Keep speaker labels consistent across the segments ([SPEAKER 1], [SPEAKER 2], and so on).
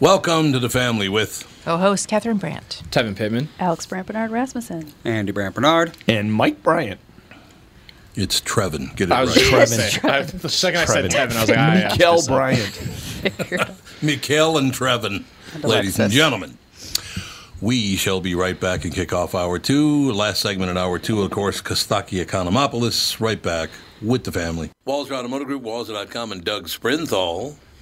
[SPEAKER 1] Welcome to the family with
[SPEAKER 2] Co-host Catherine Brandt.
[SPEAKER 3] Tevin Pittman.
[SPEAKER 4] Alex Brant Bernard Rasmussen.
[SPEAKER 5] Andy Brandt Bernard.
[SPEAKER 6] and Mike Bryant.
[SPEAKER 1] It's Trevin. Get it
[SPEAKER 3] I was
[SPEAKER 1] right.
[SPEAKER 3] just trying to say. I, the second I said
[SPEAKER 6] Trevin.
[SPEAKER 3] Tevin, I was like, ah, yeah.
[SPEAKER 6] Kel Bryant.
[SPEAKER 1] Mikkel and Trevin, ladies
[SPEAKER 2] Alexis.
[SPEAKER 1] and gentlemen. We shall be right back and kick off hour two. Last segment in hour two, of course, Kostaki Economopoulos. Right back with the family. Walzer Automotive Group, Walzer.com, and Doug Sprinthal.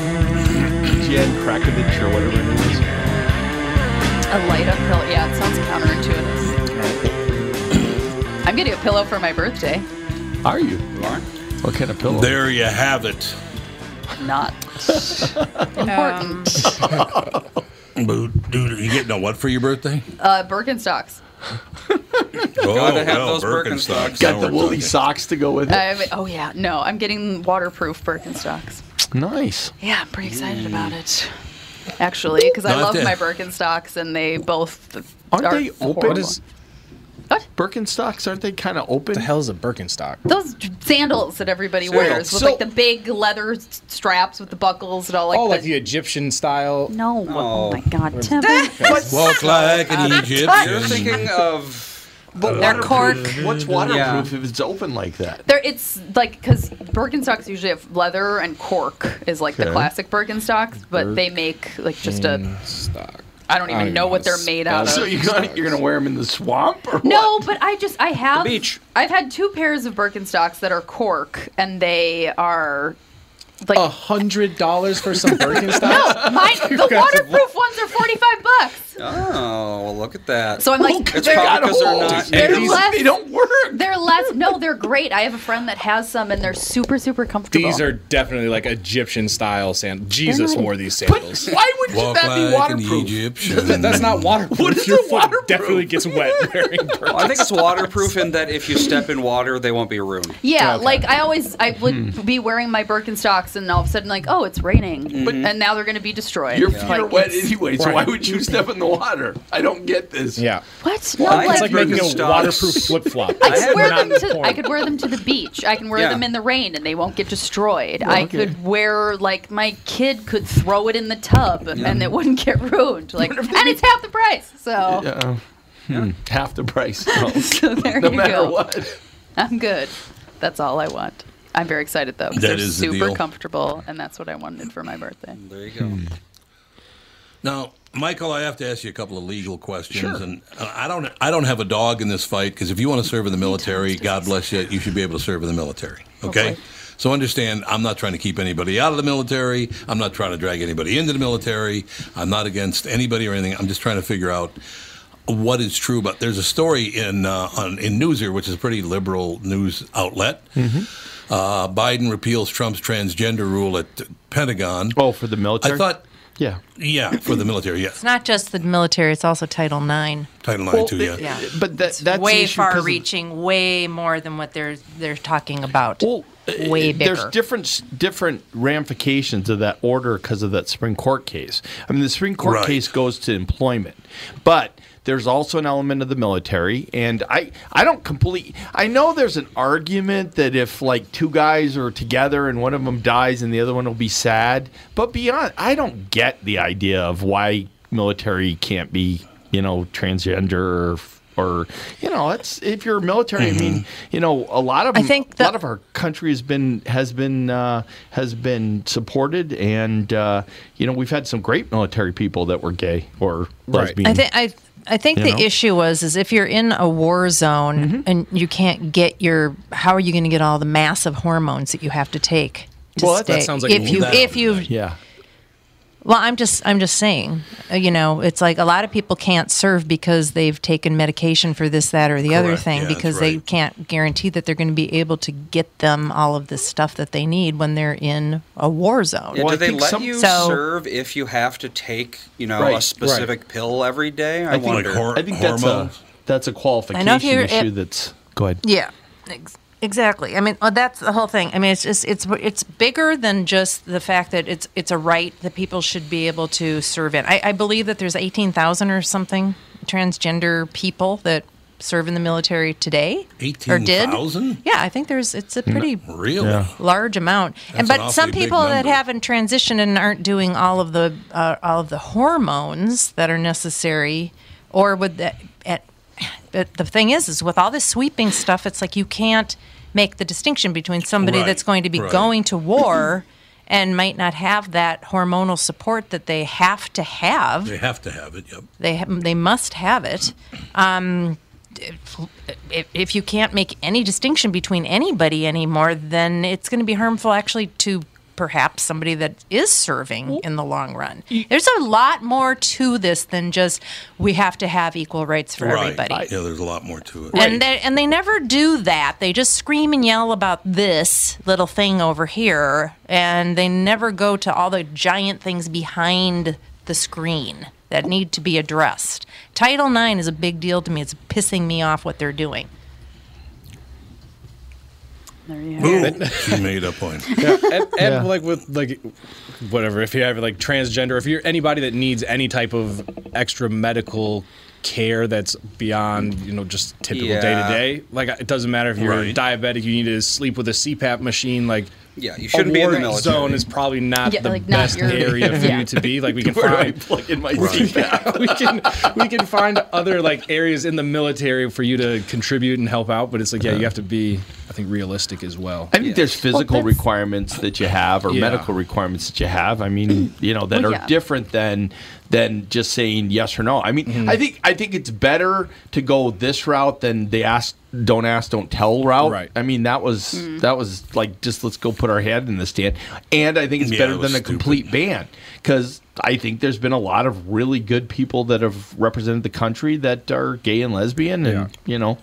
[SPEAKER 6] Jen Krakovich or whatever it is.
[SPEAKER 4] A light up pillow. Yeah, it sounds counterintuitive. I'm getting a pillow for my birthday.
[SPEAKER 3] Are you?
[SPEAKER 5] You are?
[SPEAKER 3] What kind of pillow?
[SPEAKER 1] There you have it.
[SPEAKER 4] Not important.
[SPEAKER 1] Dude, you getting a what for your birthday?
[SPEAKER 4] Uh, Birkenstocks.
[SPEAKER 1] Oh,
[SPEAKER 5] Gotta have those Birkenstocks.
[SPEAKER 1] Now
[SPEAKER 3] Got
[SPEAKER 1] we're
[SPEAKER 3] the woolly
[SPEAKER 1] talking.
[SPEAKER 3] socks to go with it.
[SPEAKER 4] I'm, oh yeah, no, I'm getting waterproof Birkenstocks.
[SPEAKER 3] Nice.
[SPEAKER 4] Yeah, I'm pretty excited about it. Mm. Actually, because I
[SPEAKER 1] Not
[SPEAKER 4] love
[SPEAKER 1] that-
[SPEAKER 4] my Birkenstocks, and they both
[SPEAKER 6] Aren't
[SPEAKER 4] are
[SPEAKER 6] they open?
[SPEAKER 4] horrible.
[SPEAKER 3] What is
[SPEAKER 6] Birkenstocks, aren't they kind of open?
[SPEAKER 3] the hell's a Birkenstock?
[SPEAKER 4] those sandals that everybody wears with
[SPEAKER 6] So-
[SPEAKER 4] like the big leather s- straps with the buckles and all like
[SPEAKER 3] oh, like
[SPEAKER 4] the-
[SPEAKER 3] the Egyptian style.
[SPEAKER 4] no,
[SPEAKER 5] Oh.
[SPEAKER 4] oh my god, Tim.
[SPEAKER 1] Walk like an
[SPEAKER 5] You're
[SPEAKER 1] Egyptian.
[SPEAKER 5] thinking of.
[SPEAKER 6] But
[SPEAKER 4] They're cork.
[SPEAKER 6] What's waterproof if it's open like that?
[SPEAKER 4] There, it's like because Birkenstocks usually have leather and cork is like the
[SPEAKER 6] Okay.
[SPEAKER 4] classic Birkenstocks, but they make like just a
[SPEAKER 3] Stock.
[SPEAKER 4] Mm. I don't even
[SPEAKER 3] don't
[SPEAKER 4] know
[SPEAKER 3] even
[SPEAKER 4] what they're
[SPEAKER 3] know.
[SPEAKER 4] made out of.
[SPEAKER 6] So you're going you're gonna wear them in the swamp or
[SPEAKER 4] no,
[SPEAKER 6] what?
[SPEAKER 4] but I just I have
[SPEAKER 5] beach.
[SPEAKER 4] I've had two pairs of Birkenstocks that are cork, and they are like
[SPEAKER 3] A hundred dollars for some Birkenstocks?
[SPEAKER 4] no, mine, the waterproof ones are forty five bucks.
[SPEAKER 5] Oh, well, look at that.
[SPEAKER 4] So I'm like,
[SPEAKER 5] it's
[SPEAKER 4] they're-
[SPEAKER 5] probably because they're
[SPEAKER 6] holes.
[SPEAKER 5] not.
[SPEAKER 6] They're
[SPEAKER 5] used.
[SPEAKER 4] less-
[SPEAKER 6] They don't work.
[SPEAKER 4] They're less. No, they're great. I have a friend that has some, and they're super, super comfortable.
[SPEAKER 3] These are definitely like Egyptian style sandals. Jesus
[SPEAKER 4] not-
[SPEAKER 3] wore these
[SPEAKER 6] But
[SPEAKER 3] sandals.
[SPEAKER 6] why would
[SPEAKER 1] Walk
[SPEAKER 6] that be
[SPEAKER 1] like an
[SPEAKER 6] waterproof?
[SPEAKER 1] Egyptian.
[SPEAKER 3] That's not waterproof.
[SPEAKER 6] What is
[SPEAKER 3] Your
[SPEAKER 6] the
[SPEAKER 3] foot
[SPEAKER 6] waterproof?
[SPEAKER 3] definitely gets wet wearing Birkenstocks.
[SPEAKER 5] Well, I think it's waterproof in that if you step in water, they won't be ruined.
[SPEAKER 4] Yeah, like I always, I would
[SPEAKER 1] Hmm.
[SPEAKER 4] be wearing my Birkenstocks, and all of a sudden, like, oh, it's raining, but and now they're going to be destroyed.
[SPEAKER 6] Your feet
[SPEAKER 4] Like,
[SPEAKER 6] are wet
[SPEAKER 4] it's-
[SPEAKER 6] anyway, so why
[SPEAKER 3] Right.
[SPEAKER 6] would you step in the water? I don't get this.
[SPEAKER 3] Yeah.
[SPEAKER 4] What? No,
[SPEAKER 5] Why?
[SPEAKER 3] It's
[SPEAKER 4] like,
[SPEAKER 3] like making a
[SPEAKER 5] Birkenstocks.
[SPEAKER 3] waterproof flip flop.
[SPEAKER 4] I could wear them to. I could wear them to the beach. I can wear
[SPEAKER 5] Yeah.
[SPEAKER 4] them in the rain, and they won't get destroyed. I
[SPEAKER 6] okay.
[SPEAKER 4] could wear like my kid could throw it in the tub, and it wouldn't get ruined. Like, and it's half the price. So,
[SPEAKER 6] Yeah. Hmm. Half the price. No,
[SPEAKER 4] so there
[SPEAKER 6] no
[SPEAKER 4] you
[SPEAKER 6] matter
[SPEAKER 4] go.
[SPEAKER 6] what.
[SPEAKER 4] I'm good. That's all I want. I'm very excited though. 'cause
[SPEAKER 1] That
[SPEAKER 4] they're
[SPEAKER 1] is the
[SPEAKER 4] super
[SPEAKER 1] deal.
[SPEAKER 4] comfortable, and that's what I wanted for my birthday.
[SPEAKER 5] There you go.
[SPEAKER 4] Mm-hmm.
[SPEAKER 1] Now, Michael, I have to ask you a couple of legal questions, and I don't, I don't have a dog in this fight because if you want to serve in the military, God bless you, you should be able to serve in the military. Okay, So understand, I'm not trying to keep anybody out of the military. I'm not trying to drag anybody into the military. I'm not against anybody or anything. I'm just trying to figure out what is true. But there's a story in uh, on, in Newser, which is a pretty liberal news outlet. Uh, Biden repeals Trump's transgender rule at Pentagon.
[SPEAKER 6] Oh, for the military?
[SPEAKER 1] I thought,
[SPEAKER 6] Yeah.
[SPEAKER 1] yeah, for the military, yeah,
[SPEAKER 2] It's not just the military; it's also Title IX.
[SPEAKER 1] Title IX
[SPEAKER 6] Well,
[SPEAKER 1] too,
[SPEAKER 6] it-
[SPEAKER 1] yeah.
[SPEAKER 6] But that,
[SPEAKER 2] It's
[SPEAKER 6] that's the
[SPEAKER 2] way
[SPEAKER 6] issue 'cause of-
[SPEAKER 2] far-reaching, way more than what they're they're talking about.
[SPEAKER 6] Well,
[SPEAKER 2] way
[SPEAKER 6] uh, There's
[SPEAKER 2] bigger.
[SPEAKER 6] different different ramifications of that order because of that Supreme Court case. I mean, the Supreme Court
[SPEAKER 1] Right.
[SPEAKER 6] case goes to employment, but there's also an element of the military. And I I don't complete. I know there's an argument that if like two guys are together and one of them dies and the other one will be sad, but beyond, I don't get the idea of why military can't be you know transgender. Or, or you know, that's if you're military. I mean, you know, a lot of
[SPEAKER 2] I think
[SPEAKER 6] a
[SPEAKER 2] that-
[SPEAKER 6] lot of our country has been has been uh, has been supported, and uh, you know we've had some great military people that were gay or
[SPEAKER 3] Right.
[SPEAKER 6] lesbian.
[SPEAKER 2] I think I I think
[SPEAKER 6] You
[SPEAKER 2] the
[SPEAKER 6] know? Mm-hmm.
[SPEAKER 2] issue was is if you're in a war zone and you can't get your how are you going to get all the massive hormones that you have to take to
[SPEAKER 6] Well, that-
[SPEAKER 2] stay?
[SPEAKER 6] that
[SPEAKER 3] sounds like a
[SPEAKER 2] if you
[SPEAKER 1] lockdown,
[SPEAKER 2] if you
[SPEAKER 6] yeah,
[SPEAKER 2] well, I'm just I'm just saying, uh, you know, it's like a lot of people can't serve because they've taken medication for this, that, or the other
[SPEAKER 1] Correct.
[SPEAKER 2] thing
[SPEAKER 1] Yeah, that's
[SPEAKER 2] because they
[SPEAKER 1] right.
[SPEAKER 2] can't guarantee that they're going to be able to get them all of the stuff that they need when they're in a war zone.
[SPEAKER 6] Well, I
[SPEAKER 5] do they
[SPEAKER 6] think
[SPEAKER 5] let
[SPEAKER 6] some-
[SPEAKER 5] you
[SPEAKER 2] So-
[SPEAKER 5] serve if you have to take, you know,
[SPEAKER 6] Right,
[SPEAKER 5] a specific pill every day? I,
[SPEAKER 6] I think,
[SPEAKER 5] wonder.
[SPEAKER 1] Like hor-
[SPEAKER 6] I think that's a
[SPEAKER 1] hormones.
[SPEAKER 6] that's a qualification
[SPEAKER 2] I know if you're-
[SPEAKER 6] issue.
[SPEAKER 2] it-
[SPEAKER 6] that's go ahead.
[SPEAKER 2] Yeah, ex- exactly. I mean, uh, that's the whole thing. I mean, it's just it's it's bigger than just the fact that it's it's a right that people should be able to serve in. I, I believe that there's eighteen thousand or something transgender people that serve in the military today or did.
[SPEAKER 1] 18,000?
[SPEAKER 2] Yeah, I think there's it's a pretty
[SPEAKER 1] Really?
[SPEAKER 2] large amount. and
[SPEAKER 1] That's an
[SPEAKER 2] but some
[SPEAKER 1] awfully big
[SPEAKER 2] people that
[SPEAKER 1] number.
[SPEAKER 2] haven't transitioned and aren't doing all of the uh, all of the hormones that are necessary, or with the at, but the thing is, is with all this sweeping stuff, it's like you can't make the distinction between somebody
[SPEAKER 1] Right,
[SPEAKER 2] that's going to be
[SPEAKER 1] right.
[SPEAKER 2] going to war. And might not have that hormonal support that they have to have
[SPEAKER 1] They have to have it. Yep.
[SPEAKER 2] they ha- they must have it. Um, if, if- if you can't make any distinction between anybody anymore, then it's going to be harmful actually to perhaps somebody that is serving in the long run. There's a lot more to this than just we have to have equal rights for everybody.
[SPEAKER 1] Right. Yeah, there's a lot more to it.
[SPEAKER 2] And they, and they never do that. They just scream and yell about this little thing over here, and they never go to all the giant things behind the screen that need to be addressed. Title IX is a big deal to me. It's pissing me off what they're doing.
[SPEAKER 4] There you have it.
[SPEAKER 1] Boom. she made a point.
[SPEAKER 3] and, and like with like whatever if you have like transgender if you're anybody that needs any type of extra medical care that's beyond you know just typical
[SPEAKER 5] Yeah.
[SPEAKER 3] day to day like it doesn't matter if you're
[SPEAKER 1] Right.
[SPEAKER 3] diabetic you need to sleep with a cpap machine like
[SPEAKER 5] Yeah, you shouldn't be in the
[SPEAKER 3] war
[SPEAKER 5] military.
[SPEAKER 3] zone is probably not
[SPEAKER 4] Yeah,
[SPEAKER 3] the
[SPEAKER 4] like, not
[SPEAKER 3] best
[SPEAKER 4] your-
[SPEAKER 3] area for
[SPEAKER 4] Yeah.
[SPEAKER 3] you to be like we can
[SPEAKER 6] Where do I
[SPEAKER 3] find
[SPEAKER 6] plug in my
[SPEAKER 1] Right.
[SPEAKER 6] CPAP?
[SPEAKER 3] we can we can find other like areas in the military for you to contribute and help out but it's like yeah you have to be i think realistic as well
[SPEAKER 6] I think there's physical requirements that you have or
[SPEAKER 3] Yeah.
[SPEAKER 6] medical requirements that you have. I mean, you know, that
[SPEAKER 4] Mm. Well,
[SPEAKER 6] are
[SPEAKER 4] yeah.
[SPEAKER 6] different than than just saying yes or no. I mean,
[SPEAKER 1] Mm-hmm.
[SPEAKER 6] I think I think it's better to go this route than the ask don't ask don't tell route.
[SPEAKER 3] Right.
[SPEAKER 6] I mean, that was
[SPEAKER 4] Mm-hmm.
[SPEAKER 6] that was like just let's go put our head in the stand. And I think it's
[SPEAKER 1] Yeah, it
[SPEAKER 6] better
[SPEAKER 1] was
[SPEAKER 6] than a
[SPEAKER 1] stupid.
[SPEAKER 6] complete ban cuz I think there's been a lot of really good people that have represented the country that are gay and lesbian and you know,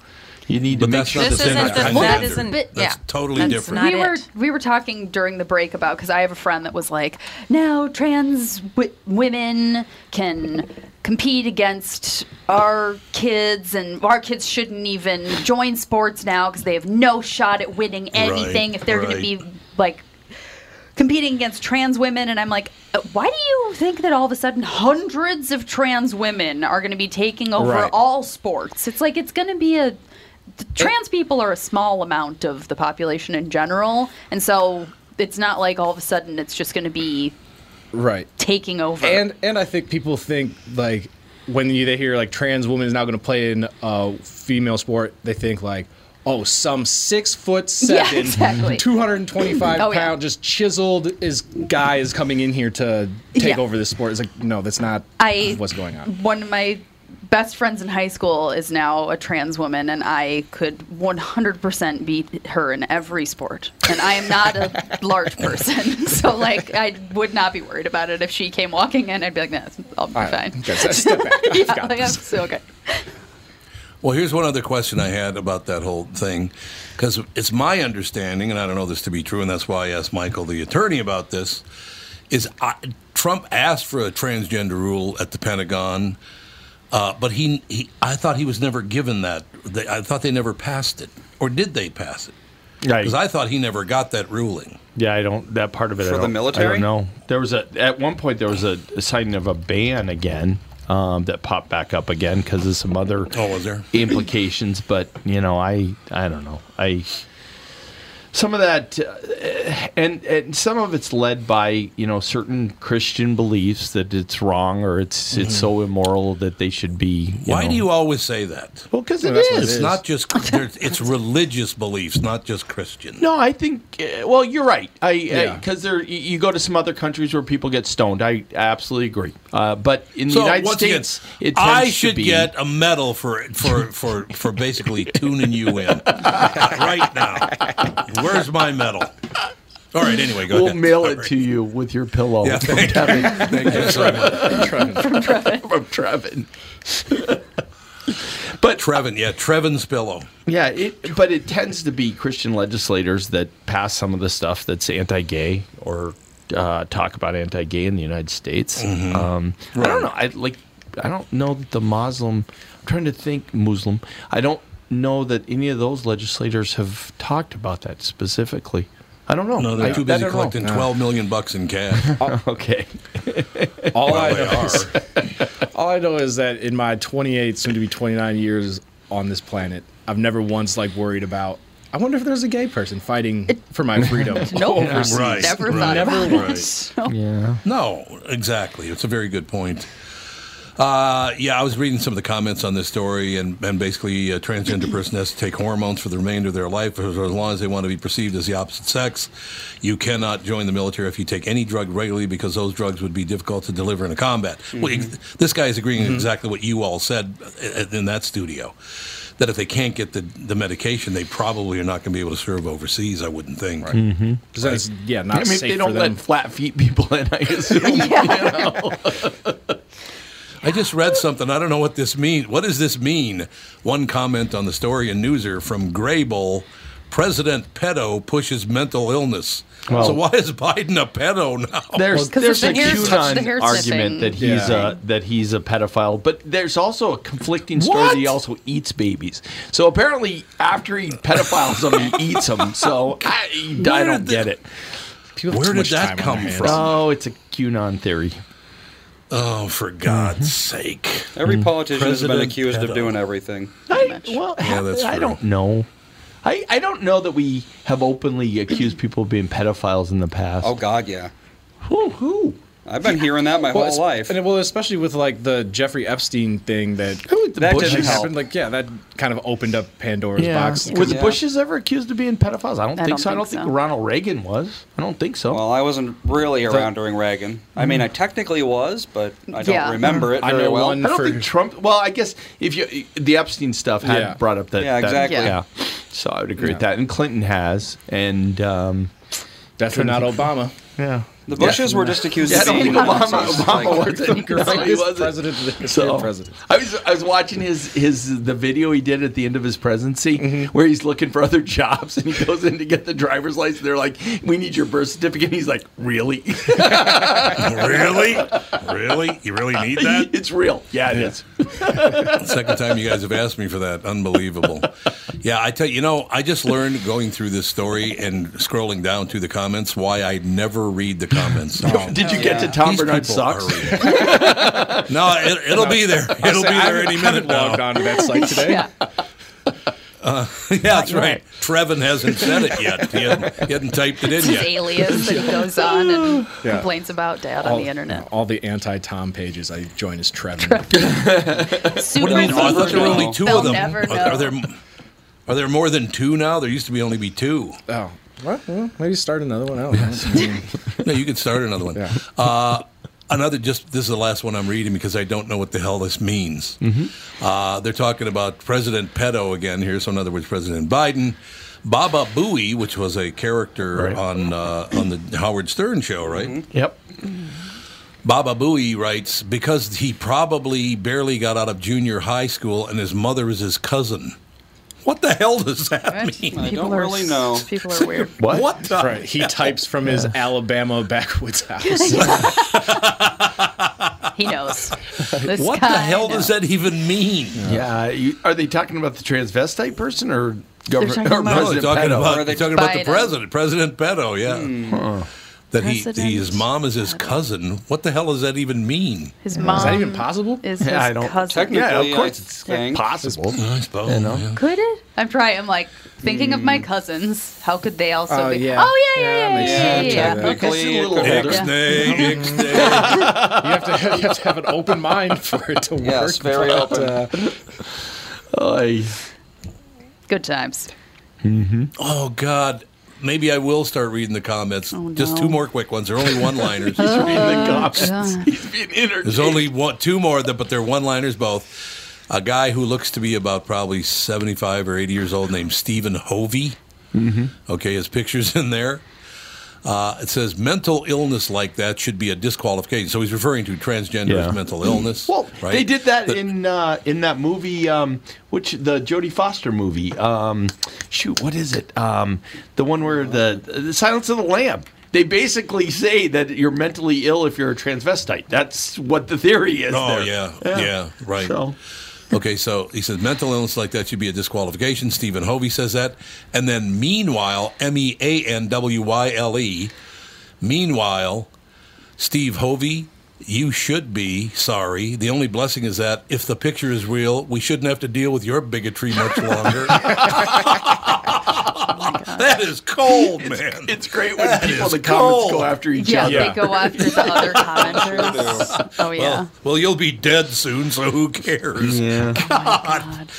[SPEAKER 6] you need
[SPEAKER 1] But
[SPEAKER 6] to make
[SPEAKER 1] that's
[SPEAKER 6] sure
[SPEAKER 1] not the
[SPEAKER 2] This
[SPEAKER 1] same as
[SPEAKER 2] isn't the-
[SPEAKER 1] transgender.
[SPEAKER 2] that isn't-
[SPEAKER 1] that's
[SPEAKER 2] yeah.
[SPEAKER 1] totally
[SPEAKER 2] That's
[SPEAKER 1] different.
[SPEAKER 2] not
[SPEAKER 4] we were
[SPEAKER 2] it.
[SPEAKER 4] we were talking during the break about because I have a friend that was like, now trans w- women can compete against our kids, and our kids shouldn't even join sports now because they have no shot at winning anything if they're going
[SPEAKER 1] right.
[SPEAKER 4] to be like competing against trans women and i'm like uh, why do you think that all of a sudden hundreds of trans women are going to be taking over
[SPEAKER 3] Right.
[SPEAKER 4] all sports it's like it's going to be a the trans people are a small amount of the population in general and so it's not like all of a sudden it's just going to be
[SPEAKER 3] right
[SPEAKER 4] taking over
[SPEAKER 3] And and I think people think like when you, they hear like trans woman is now going to play in a female sport, they think like. Oh, some six foot
[SPEAKER 4] Yeah,
[SPEAKER 3] seven,
[SPEAKER 4] exactly.
[SPEAKER 3] 225
[SPEAKER 4] Oh, yeah.
[SPEAKER 3] pound, just chiseled is guy is coming in here to take
[SPEAKER 4] Yeah.
[SPEAKER 3] over this sport. It's like, no, that's not
[SPEAKER 4] I-
[SPEAKER 3] what's going on.
[SPEAKER 4] one of my best friends in high school is now a trans woman, and I could 100% beat her in every sport. And I am not a large person, so like I would not be worried about it if she came walking in. I'd be like, "No, I'll be
[SPEAKER 3] All right,
[SPEAKER 4] fine."
[SPEAKER 3] okay, so step back. I've
[SPEAKER 4] yeah,
[SPEAKER 3] got
[SPEAKER 4] like, I'm
[SPEAKER 3] this.
[SPEAKER 4] still okay.
[SPEAKER 1] Well, here's one other question I had about that whole thing, because it's my understanding, and I don't know this to be true, and that's why I asked Michael, the attorney, about this. Is I, Trump asked for a transgender rule at the Pentagon, uh, but he, he, I thought he was never given that. They, I thought they never passed it, or did they pass it? Because I thought he never got that ruling.
[SPEAKER 6] Yeah, I don't. That part of it, I
[SPEAKER 5] For the
[SPEAKER 6] don't- I
[SPEAKER 5] military?
[SPEAKER 6] don't know. There was a at one point there was a, a signing of a ban again um, that popped back up again because of some other
[SPEAKER 1] Oh, was there?
[SPEAKER 6] implications. But you know, I I don't know. I some of that uh, and and some of it's led by you know certain Christian beliefs that it's wrong or it's it's so immoral that they should be.
[SPEAKER 1] Why
[SPEAKER 6] know-
[SPEAKER 1] do you always say that?
[SPEAKER 6] Well, because
[SPEAKER 3] Well, that's what it
[SPEAKER 1] It's
[SPEAKER 3] is.
[SPEAKER 1] not just there's- it's religious beliefs, not just Christian.
[SPEAKER 6] No, I think. uh, Well, you're right. I
[SPEAKER 3] Yeah.
[SPEAKER 6] because there you you go to some other countries where people get stoned. I absolutely agree. Uh, but in the United
[SPEAKER 1] once again,
[SPEAKER 6] States, it tends
[SPEAKER 1] I
[SPEAKER 6] to
[SPEAKER 1] should
[SPEAKER 6] be-
[SPEAKER 1] get a medal for for for for basically tuning you in right now. Where's my medal? All right. Anyway, go
[SPEAKER 6] We'll
[SPEAKER 1] ahead.
[SPEAKER 6] mail it
[SPEAKER 1] Sorry.
[SPEAKER 6] to you with your pillow
[SPEAKER 1] Yeah,
[SPEAKER 6] from
[SPEAKER 1] thank
[SPEAKER 6] Kevin-
[SPEAKER 1] Thank you so much.
[SPEAKER 6] from Trevin. but
[SPEAKER 1] Trevin. Yeah, Trevin's pillow.
[SPEAKER 6] yeah, it, but it tends to be Christian legislators that pass some of the stuff that's anti-gay or uh, talk about anti-gay in the United States.
[SPEAKER 1] Mm-hmm.
[SPEAKER 6] Um, I don't know. I like. I don't know that the Muslim. I'm trying to think Muslim. I don't know that any of those legislators have talked about that specifically. I don't know.
[SPEAKER 1] No,
[SPEAKER 6] I-
[SPEAKER 1] they're
[SPEAKER 6] I
[SPEAKER 1] too busy
[SPEAKER 6] don't know.
[SPEAKER 1] collecting twelve million bucks in cash.
[SPEAKER 6] Okay.
[SPEAKER 3] All I
[SPEAKER 1] Well, they
[SPEAKER 3] know
[SPEAKER 1] are.
[SPEAKER 3] is- All I know is that in my 28, soon to be 29 years on this planet, I've never once like worried about. I wonder if there's a gay person fighting for my freedom.
[SPEAKER 4] No,
[SPEAKER 3] overseas.
[SPEAKER 1] Right.
[SPEAKER 4] never thought
[SPEAKER 1] Right.
[SPEAKER 4] about
[SPEAKER 1] Never
[SPEAKER 4] it.
[SPEAKER 1] was.
[SPEAKER 4] So-
[SPEAKER 6] Yeah.
[SPEAKER 1] No, exactly. It's a very good point. Uh, yeah, I was reading some of the comments on this story, and, and basically, a transgender person has to take hormones for the remainder of their life or as long as they want to be perceived as the opposite sex. You cannot join the military if you take any drug regularly because those drugs would be difficult to deliver in a combat. Well,
[SPEAKER 3] Mm-hmm.
[SPEAKER 1] ex- this guy is agreeing to exactly what you all said i- in that studio that if they can't get the, the medication, they probably are not going to be able to serve overseas, I wouldn't think. Right.
[SPEAKER 3] 'Cause then it's, yeah, not
[SPEAKER 6] I mean, if
[SPEAKER 3] safe
[SPEAKER 6] they don't
[SPEAKER 3] for them.
[SPEAKER 6] let flat feet people in. I assume.
[SPEAKER 1] I just read something. I don't know what this means. What does this mean? One comment on the story in Newser from Grable President pedo pushes mental illness.
[SPEAKER 6] Well-
[SPEAKER 1] so why is Biden a pedo now?
[SPEAKER 6] There's
[SPEAKER 4] there's
[SPEAKER 6] there's a
[SPEAKER 4] the hair- touch the hair
[SPEAKER 6] QAnon argument
[SPEAKER 4] sniffing.
[SPEAKER 6] that he's
[SPEAKER 3] Yeah.
[SPEAKER 6] uh that he's a pedophile, but there's also a conflicting story that he also eats babies. So apparently, after he pedophiles them, he eats them. So I, I
[SPEAKER 1] Where
[SPEAKER 6] don't
[SPEAKER 1] did
[SPEAKER 6] get
[SPEAKER 1] the-
[SPEAKER 6] it.
[SPEAKER 3] People have
[SPEAKER 1] Where
[SPEAKER 3] too
[SPEAKER 1] did
[SPEAKER 3] much time
[SPEAKER 1] that
[SPEAKER 3] on
[SPEAKER 1] come
[SPEAKER 3] their hands.
[SPEAKER 1] from?
[SPEAKER 6] Oh, it's a QAnon theory. Mm-hmm.
[SPEAKER 1] Oh, for God's sake.
[SPEAKER 6] Mm.
[SPEAKER 5] Every politician has been
[SPEAKER 1] President
[SPEAKER 5] accused
[SPEAKER 1] pedo.
[SPEAKER 5] of doing everything.
[SPEAKER 6] I, well,
[SPEAKER 1] Yeah, that's
[SPEAKER 6] I
[SPEAKER 1] true.
[SPEAKER 6] don't know. I, I don't know that we have openly accused people of being pedophiles in the past.
[SPEAKER 5] Oh God, yeah.
[SPEAKER 6] who? who?
[SPEAKER 5] I've been hearing that my
[SPEAKER 3] Well,
[SPEAKER 5] whole
[SPEAKER 3] es-
[SPEAKER 5] life.
[SPEAKER 3] and well, especially with like the Jeffrey Epstein thing that
[SPEAKER 5] That
[SPEAKER 6] Bush
[SPEAKER 5] didn't help.
[SPEAKER 3] that happened. Like, yeah, that kind of opened up Pandora's
[SPEAKER 6] Yeah.
[SPEAKER 3] box.
[SPEAKER 6] Was
[SPEAKER 5] Yeah.
[SPEAKER 6] Bushes ever accused of being pedophiles? I don't
[SPEAKER 4] I
[SPEAKER 6] think
[SPEAKER 4] don't
[SPEAKER 6] so. I
[SPEAKER 4] think
[SPEAKER 6] don't think
[SPEAKER 4] so.
[SPEAKER 6] Ronald Reagan was. I don't think so. Mm-hmm.
[SPEAKER 5] Well, I wasn't really around during Reagan. I mean, I technically was, but I don't
[SPEAKER 4] Yeah.
[SPEAKER 5] remember it
[SPEAKER 3] I
[SPEAKER 5] very
[SPEAKER 3] know
[SPEAKER 5] well.
[SPEAKER 3] one-
[SPEAKER 6] I don't
[SPEAKER 3] for-
[SPEAKER 6] think Trump. Well, I guess if you the Epstein stuff had
[SPEAKER 3] Yeah.
[SPEAKER 6] brought up that.
[SPEAKER 5] Yeah,
[SPEAKER 6] that-
[SPEAKER 5] exactly.
[SPEAKER 4] Yeah.
[SPEAKER 6] yeah. So I would agree with that, and Clinton has, and um,
[SPEAKER 3] Definitely not Obama.
[SPEAKER 6] yeah.
[SPEAKER 5] The Bushes were just accused
[SPEAKER 6] Yeah, I
[SPEAKER 5] of
[SPEAKER 6] don't
[SPEAKER 5] being
[SPEAKER 6] think Obama, Obama wasn't. No, he
[SPEAKER 3] Greatest
[SPEAKER 6] wasn't.
[SPEAKER 3] president of the history
[SPEAKER 6] So
[SPEAKER 3] of presidents.
[SPEAKER 6] I was I was watching his his the video he did at the end of his presidency
[SPEAKER 1] Mm-hmm.
[SPEAKER 6] where he's looking for other jobs and he goes in to get the driver's license. They're like, "We need your birth certificate." He's like, "Really?
[SPEAKER 1] really? Really? You really need that?
[SPEAKER 6] it's real? Yeah, it is."
[SPEAKER 1] Second time you guys have asked me for that. Unbelievable. Yeah, I tell you, you know, I just learned going through this story and scrolling down to the comments why I never read the comments.
[SPEAKER 6] Did you get
[SPEAKER 5] yeah.
[SPEAKER 6] to Tom
[SPEAKER 1] These
[SPEAKER 6] Bernard
[SPEAKER 1] people
[SPEAKER 6] sucks?
[SPEAKER 1] are real. no, it, it'll be there. It'll be there any minute now. Uh,
[SPEAKER 3] Logged on to that site today.
[SPEAKER 4] yeah.
[SPEAKER 1] yeah, that's
[SPEAKER 6] yet.
[SPEAKER 1] right. Trevin hasn't said it yet. He hadn't, he hadn't typed it in
[SPEAKER 4] his
[SPEAKER 1] yet.
[SPEAKER 4] alias that he goes on and
[SPEAKER 3] Yeah.
[SPEAKER 4] complains about dad on the internet.
[SPEAKER 3] All the anti-Tom pages I join is Trevor.
[SPEAKER 4] Super
[SPEAKER 1] I mean, I thought there were
[SPEAKER 5] They'll
[SPEAKER 1] only 2 of them.
[SPEAKER 4] never
[SPEAKER 1] Are,
[SPEAKER 4] know.
[SPEAKER 1] are there? Are there more than two now? There used to be only be two.
[SPEAKER 3] oh, well, well, maybe start another one out.
[SPEAKER 1] No, you could start another one.
[SPEAKER 3] Yeah.
[SPEAKER 1] Uh, Another, just this is the last one I'm reading because I don't know what the hell this means.
[SPEAKER 6] Mm-hmm.
[SPEAKER 1] Uh, they're talking about President Pedo again here. So, in other words, President Biden, Baba Booey, which was a character
[SPEAKER 6] Right.
[SPEAKER 1] on uh, on the Howard Stern show, right?
[SPEAKER 6] Yep.
[SPEAKER 1] Baba Booey writes because he probably barely got out of junior high school and his mother is his cousin. What the hell does that mean?
[SPEAKER 5] I don't really
[SPEAKER 4] s-
[SPEAKER 5] know.
[SPEAKER 4] People are weird.
[SPEAKER 6] What?
[SPEAKER 1] What the?
[SPEAKER 3] Right. He types from his Alabama backwoods house.
[SPEAKER 4] He knows. This
[SPEAKER 1] What the
[SPEAKER 4] guy
[SPEAKER 1] hell
[SPEAKER 4] knows.
[SPEAKER 1] does that even mean?
[SPEAKER 6] Yeah. You, are they talking about the transvestite person or government
[SPEAKER 4] talking
[SPEAKER 6] or
[SPEAKER 4] about-
[SPEAKER 1] No, they're
[SPEAKER 6] President
[SPEAKER 1] talking
[SPEAKER 6] Pedo?
[SPEAKER 1] about
[SPEAKER 5] Or they
[SPEAKER 1] they're talking about the
[SPEAKER 4] Biden.
[SPEAKER 1] president, President Pedo, yeah.
[SPEAKER 4] Hmm.
[SPEAKER 1] That he,
[SPEAKER 2] President
[SPEAKER 1] he his mom is his cousin. What the hell does that even mean?
[SPEAKER 4] His mom
[SPEAKER 3] Is that even possible?
[SPEAKER 4] is his
[SPEAKER 6] Yeah, I don't.
[SPEAKER 4] cousin.
[SPEAKER 5] Technically,
[SPEAKER 6] yeah, of
[SPEAKER 5] I
[SPEAKER 6] course it's
[SPEAKER 5] think.
[SPEAKER 6] possible.
[SPEAKER 1] I suppose.
[SPEAKER 6] You know?
[SPEAKER 1] yeah.
[SPEAKER 4] Could it? I'm trying. I'm like thinking of my cousins. How could they also
[SPEAKER 3] Hmm. Oh,
[SPEAKER 4] be?
[SPEAKER 3] yeah.
[SPEAKER 4] Oh yeah,
[SPEAKER 3] Yeah,
[SPEAKER 4] yeah, yeah,
[SPEAKER 3] makes
[SPEAKER 4] yeah,
[SPEAKER 3] sense.
[SPEAKER 4] yeah. yeah,
[SPEAKER 3] Okay.
[SPEAKER 4] Okay.
[SPEAKER 5] Technically, it
[SPEAKER 6] little
[SPEAKER 5] could
[SPEAKER 6] older.
[SPEAKER 5] happen.
[SPEAKER 1] Ixnay, ixnay.
[SPEAKER 3] You have, to, you have to have an open mind for it to work.
[SPEAKER 5] Yes, very
[SPEAKER 3] but,
[SPEAKER 5] open.
[SPEAKER 3] uh,
[SPEAKER 6] Oy.
[SPEAKER 4] Good times.
[SPEAKER 1] Oh God. Maybe I will start reading the comments. Just
[SPEAKER 4] Oh, no.
[SPEAKER 1] two more quick ones. There are only one liners.
[SPEAKER 6] He's being interviewed.
[SPEAKER 1] Uh, There's only one, two more, that, but they're one liners both. A guy who looks to be about probably 75 or 80 years old named Stephen Hovey.
[SPEAKER 6] Mm-hmm.
[SPEAKER 1] Okay, his picture's in there. Uh, it says mental illness like that should be a disqualification. So he's referring to transgender's
[SPEAKER 6] Yeah.
[SPEAKER 1] mental illness.
[SPEAKER 6] Well,
[SPEAKER 1] right?
[SPEAKER 6] they did that in uh, in that movie, um, which the Jodie Foster movie. Um, shoot, what is it? Um, the one where the, the Silence of the Lamb. They basically say that you're mentally ill if you're a transvestite. That's what the theory is.
[SPEAKER 1] Oh
[SPEAKER 6] there.
[SPEAKER 1] yeah, yeah, right.
[SPEAKER 6] So,
[SPEAKER 1] Okay, so he says mental illness like that should be a disqualification. Stephen Hovey says that. And then meanwhile, M E A N W Y L E, meanwhile, Steve Hovey, you should be sorry. The only blessing is that if the picture is real, we shouldn't have to deal with your bigotry much longer. that is cold, man.
[SPEAKER 6] it's great when people
[SPEAKER 1] is
[SPEAKER 6] the comments
[SPEAKER 1] cold.
[SPEAKER 6] go after each
[SPEAKER 4] Yeah,
[SPEAKER 6] other.
[SPEAKER 3] Yeah.
[SPEAKER 4] they go after the other commenters. oh yeah.
[SPEAKER 1] well, well, you'll be dead soon, so who cares?
[SPEAKER 4] Oh God.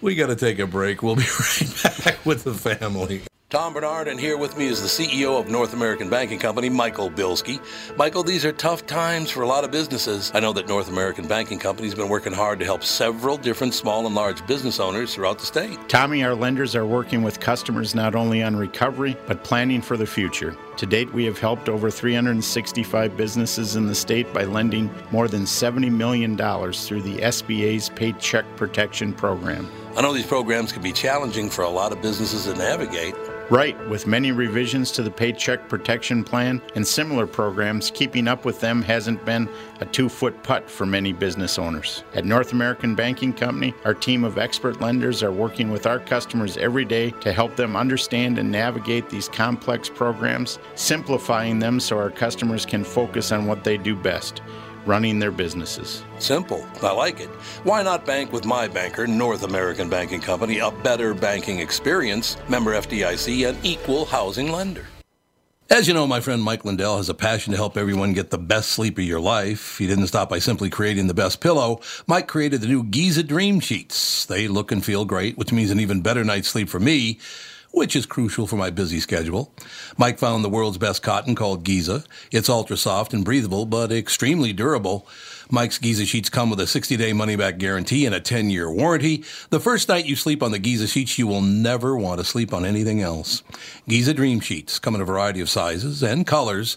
[SPEAKER 1] We got to take a break. We'll be right back with the family. Tom Bernard, and here with me is the CEO of North American Banking Company, Michael Bilski. Michael, these are tough times for a lot of businesses. I know that North American Banking Company has been working hard to help several different small and large business owners throughout the state.
[SPEAKER 7] Tommy, our lenders are working with customers not only on recovery, but planning for the future. To date, we have helped over 365 businesses in the state by lending more than $70 million through the SBA's Paycheck Protection Program.
[SPEAKER 1] I know these programs can be challenging for a lot of businesses to navigate.
[SPEAKER 7] Right, with many revisions to the Paycheck Protection Plan and similar programs, keeping up with them hasn't been a two foot putt for many business owners. At North American Banking Company, our team of expert lenders are working with our customers every day to help them understand and navigate these complex programs, simplifying them so our customers can focus on what they do best running their businesses.
[SPEAKER 1] Simple. I like it. Why not bank with my banker, North American Banking Company, a better banking experience, member FDIC, an equal housing lender? As you know, my friend Mike Lindell has a passion to help everyone get the best sleep of your life. He didn't stop by simply creating the best pillow. Mike created the new Giza Dream Sheets. They look and feel great, which means an even better night's sleep for me, which is crucial for my busy schedule. Mike found the world's best cotton called Giza. It's ultra soft and breathable, but extremely durable. Mike's Giza sheets come with a 60 day money back guarantee and a 10 year warranty. The first night you sleep on the Giza sheets, you will never want to sleep on anything else. Giza Dream Sheets come in a variety of sizes and colors.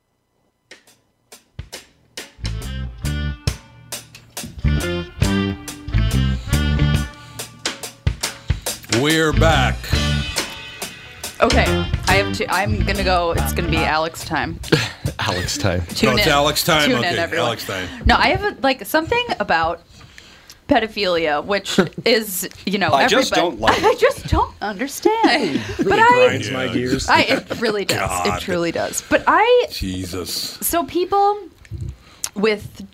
[SPEAKER 1] We're back.
[SPEAKER 4] Okay. I have to. I'm gonna go. It's gonna be Alex time.
[SPEAKER 6] Alex time.
[SPEAKER 4] Tune
[SPEAKER 1] No, Oh, it's
[SPEAKER 4] in.
[SPEAKER 1] Alex time.
[SPEAKER 4] Tune
[SPEAKER 1] Okay,
[SPEAKER 4] in, everyone.
[SPEAKER 1] Alex time.
[SPEAKER 4] No, I have a, like something about pedophilia, which is you know
[SPEAKER 5] I
[SPEAKER 4] everybody.
[SPEAKER 5] just don't like
[SPEAKER 4] I just don't understand. but I,
[SPEAKER 3] grinds my gears.
[SPEAKER 4] I, it really does.
[SPEAKER 1] God.
[SPEAKER 4] It truly does. But I
[SPEAKER 1] Jesus.
[SPEAKER 4] so people with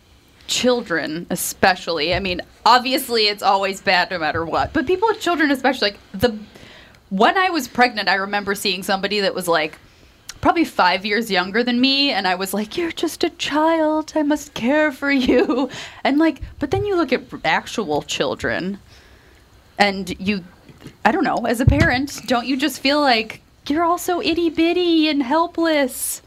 [SPEAKER 4] children, especially. I mean, obviously, it's always bad no matter what, but people with children, especially, like the when I was pregnant, I remember seeing somebody that was like probably five years younger than me, and I was like, "You're just a child. I must care for you." And like, but then you look at actual children, and you, I don't know, as a parent, don't you just feel like you're also itty bitty and helpless?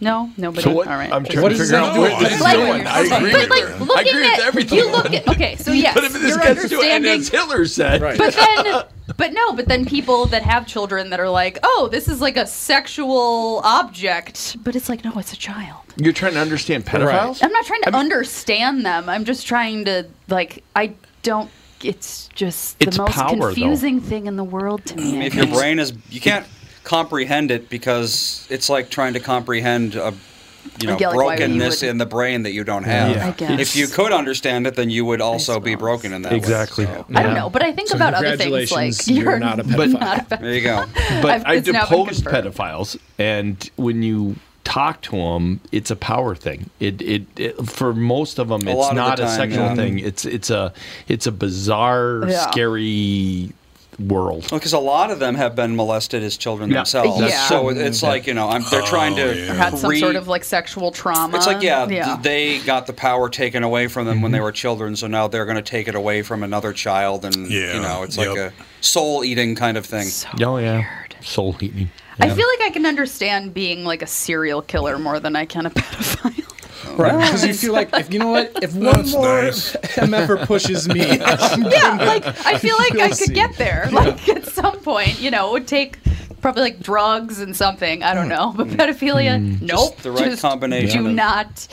[SPEAKER 4] No, nobody.
[SPEAKER 6] So what?
[SPEAKER 4] All right.
[SPEAKER 6] I'm trying
[SPEAKER 3] What
[SPEAKER 6] to
[SPEAKER 3] does
[SPEAKER 6] figure
[SPEAKER 3] that
[SPEAKER 6] out
[SPEAKER 3] do
[SPEAKER 6] what
[SPEAKER 3] with
[SPEAKER 6] this
[SPEAKER 3] this?
[SPEAKER 6] is
[SPEAKER 4] Like,
[SPEAKER 6] doing. I agree
[SPEAKER 4] but
[SPEAKER 6] with
[SPEAKER 4] like
[SPEAKER 6] her.
[SPEAKER 4] looking
[SPEAKER 6] I agree
[SPEAKER 4] at
[SPEAKER 6] with everything.
[SPEAKER 4] you look at okay, so yes,
[SPEAKER 6] but if this
[SPEAKER 4] you're
[SPEAKER 6] gets to it, and
[SPEAKER 4] understanding
[SPEAKER 6] as Hitler said,
[SPEAKER 3] Right.
[SPEAKER 4] but then but no but then people that have children that are like oh this is like a sexual object but it's like no it's a child
[SPEAKER 6] you're trying to understand pedophiles.
[SPEAKER 4] i'm not trying to understand them i'm just trying to like i don't it's just
[SPEAKER 6] It's
[SPEAKER 4] the most
[SPEAKER 6] power, though.
[SPEAKER 4] confusing thing in the world to me I
[SPEAKER 5] If your
[SPEAKER 4] think.
[SPEAKER 5] brain is, you can't comprehend it because it's like trying to comprehend a, you know,
[SPEAKER 4] get, like, why you
[SPEAKER 5] brokenness
[SPEAKER 4] would-
[SPEAKER 5] in the brain that you don't have.
[SPEAKER 3] Yeah. I
[SPEAKER 4] guess.
[SPEAKER 5] If you could understand it, then you would also be
[SPEAKER 4] suppose.
[SPEAKER 5] broken in that
[SPEAKER 6] Exactly.
[SPEAKER 5] way. So,
[SPEAKER 4] i don't know but i think
[SPEAKER 3] So
[SPEAKER 4] about other things like
[SPEAKER 3] congratulations, you're not a pedophile.
[SPEAKER 5] There you go.
[SPEAKER 6] but
[SPEAKER 4] I've-
[SPEAKER 6] I
[SPEAKER 4] it's now been
[SPEAKER 6] deposed
[SPEAKER 4] confirmed.
[SPEAKER 6] pedophiles, and when you talk to them, it's a power thing. It, it, it for most of them,
[SPEAKER 5] lot of
[SPEAKER 6] it's
[SPEAKER 5] the
[SPEAKER 6] not a
[SPEAKER 5] time,
[SPEAKER 6] sexual
[SPEAKER 5] yeah.
[SPEAKER 6] thing. It's it's a it's a bizarre,
[SPEAKER 4] Yeah.
[SPEAKER 6] scary world.
[SPEAKER 5] Because a lot of them have been molested as children
[SPEAKER 6] Yeah.
[SPEAKER 5] themselves.
[SPEAKER 4] Yeah.
[SPEAKER 5] So it- it's like, you know, I'm, they're trying to.
[SPEAKER 4] or Oh, had some
[SPEAKER 5] re-
[SPEAKER 4] sort of like sexual trauma
[SPEAKER 5] It's like, yeah, th- they got the power taken away from them when
[SPEAKER 3] Mm-hmm.
[SPEAKER 5] they were children, so now they're going to take it away from another child, and
[SPEAKER 1] Yeah,
[SPEAKER 5] you know, it's like
[SPEAKER 1] yep.
[SPEAKER 5] a soul-eating kind of thing.
[SPEAKER 6] Oh yeah, soul eating.
[SPEAKER 4] I feel like I can understand being like a serial killer more than I can a pedophile.
[SPEAKER 3] Right. Because you feel like, if, you know what? If one
[SPEAKER 1] That's
[SPEAKER 3] more
[SPEAKER 1] nice.
[SPEAKER 3] MFer pushes me, I'm
[SPEAKER 4] yeah, like I feel like I
[SPEAKER 3] You'll
[SPEAKER 4] could get there. Like at some point, you know, it would take probably like drugs and something. I
[SPEAKER 3] Hmm.
[SPEAKER 4] don't know, but pedophilia, nope.
[SPEAKER 5] the right combination
[SPEAKER 4] Do
[SPEAKER 5] of-
[SPEAKER 4] not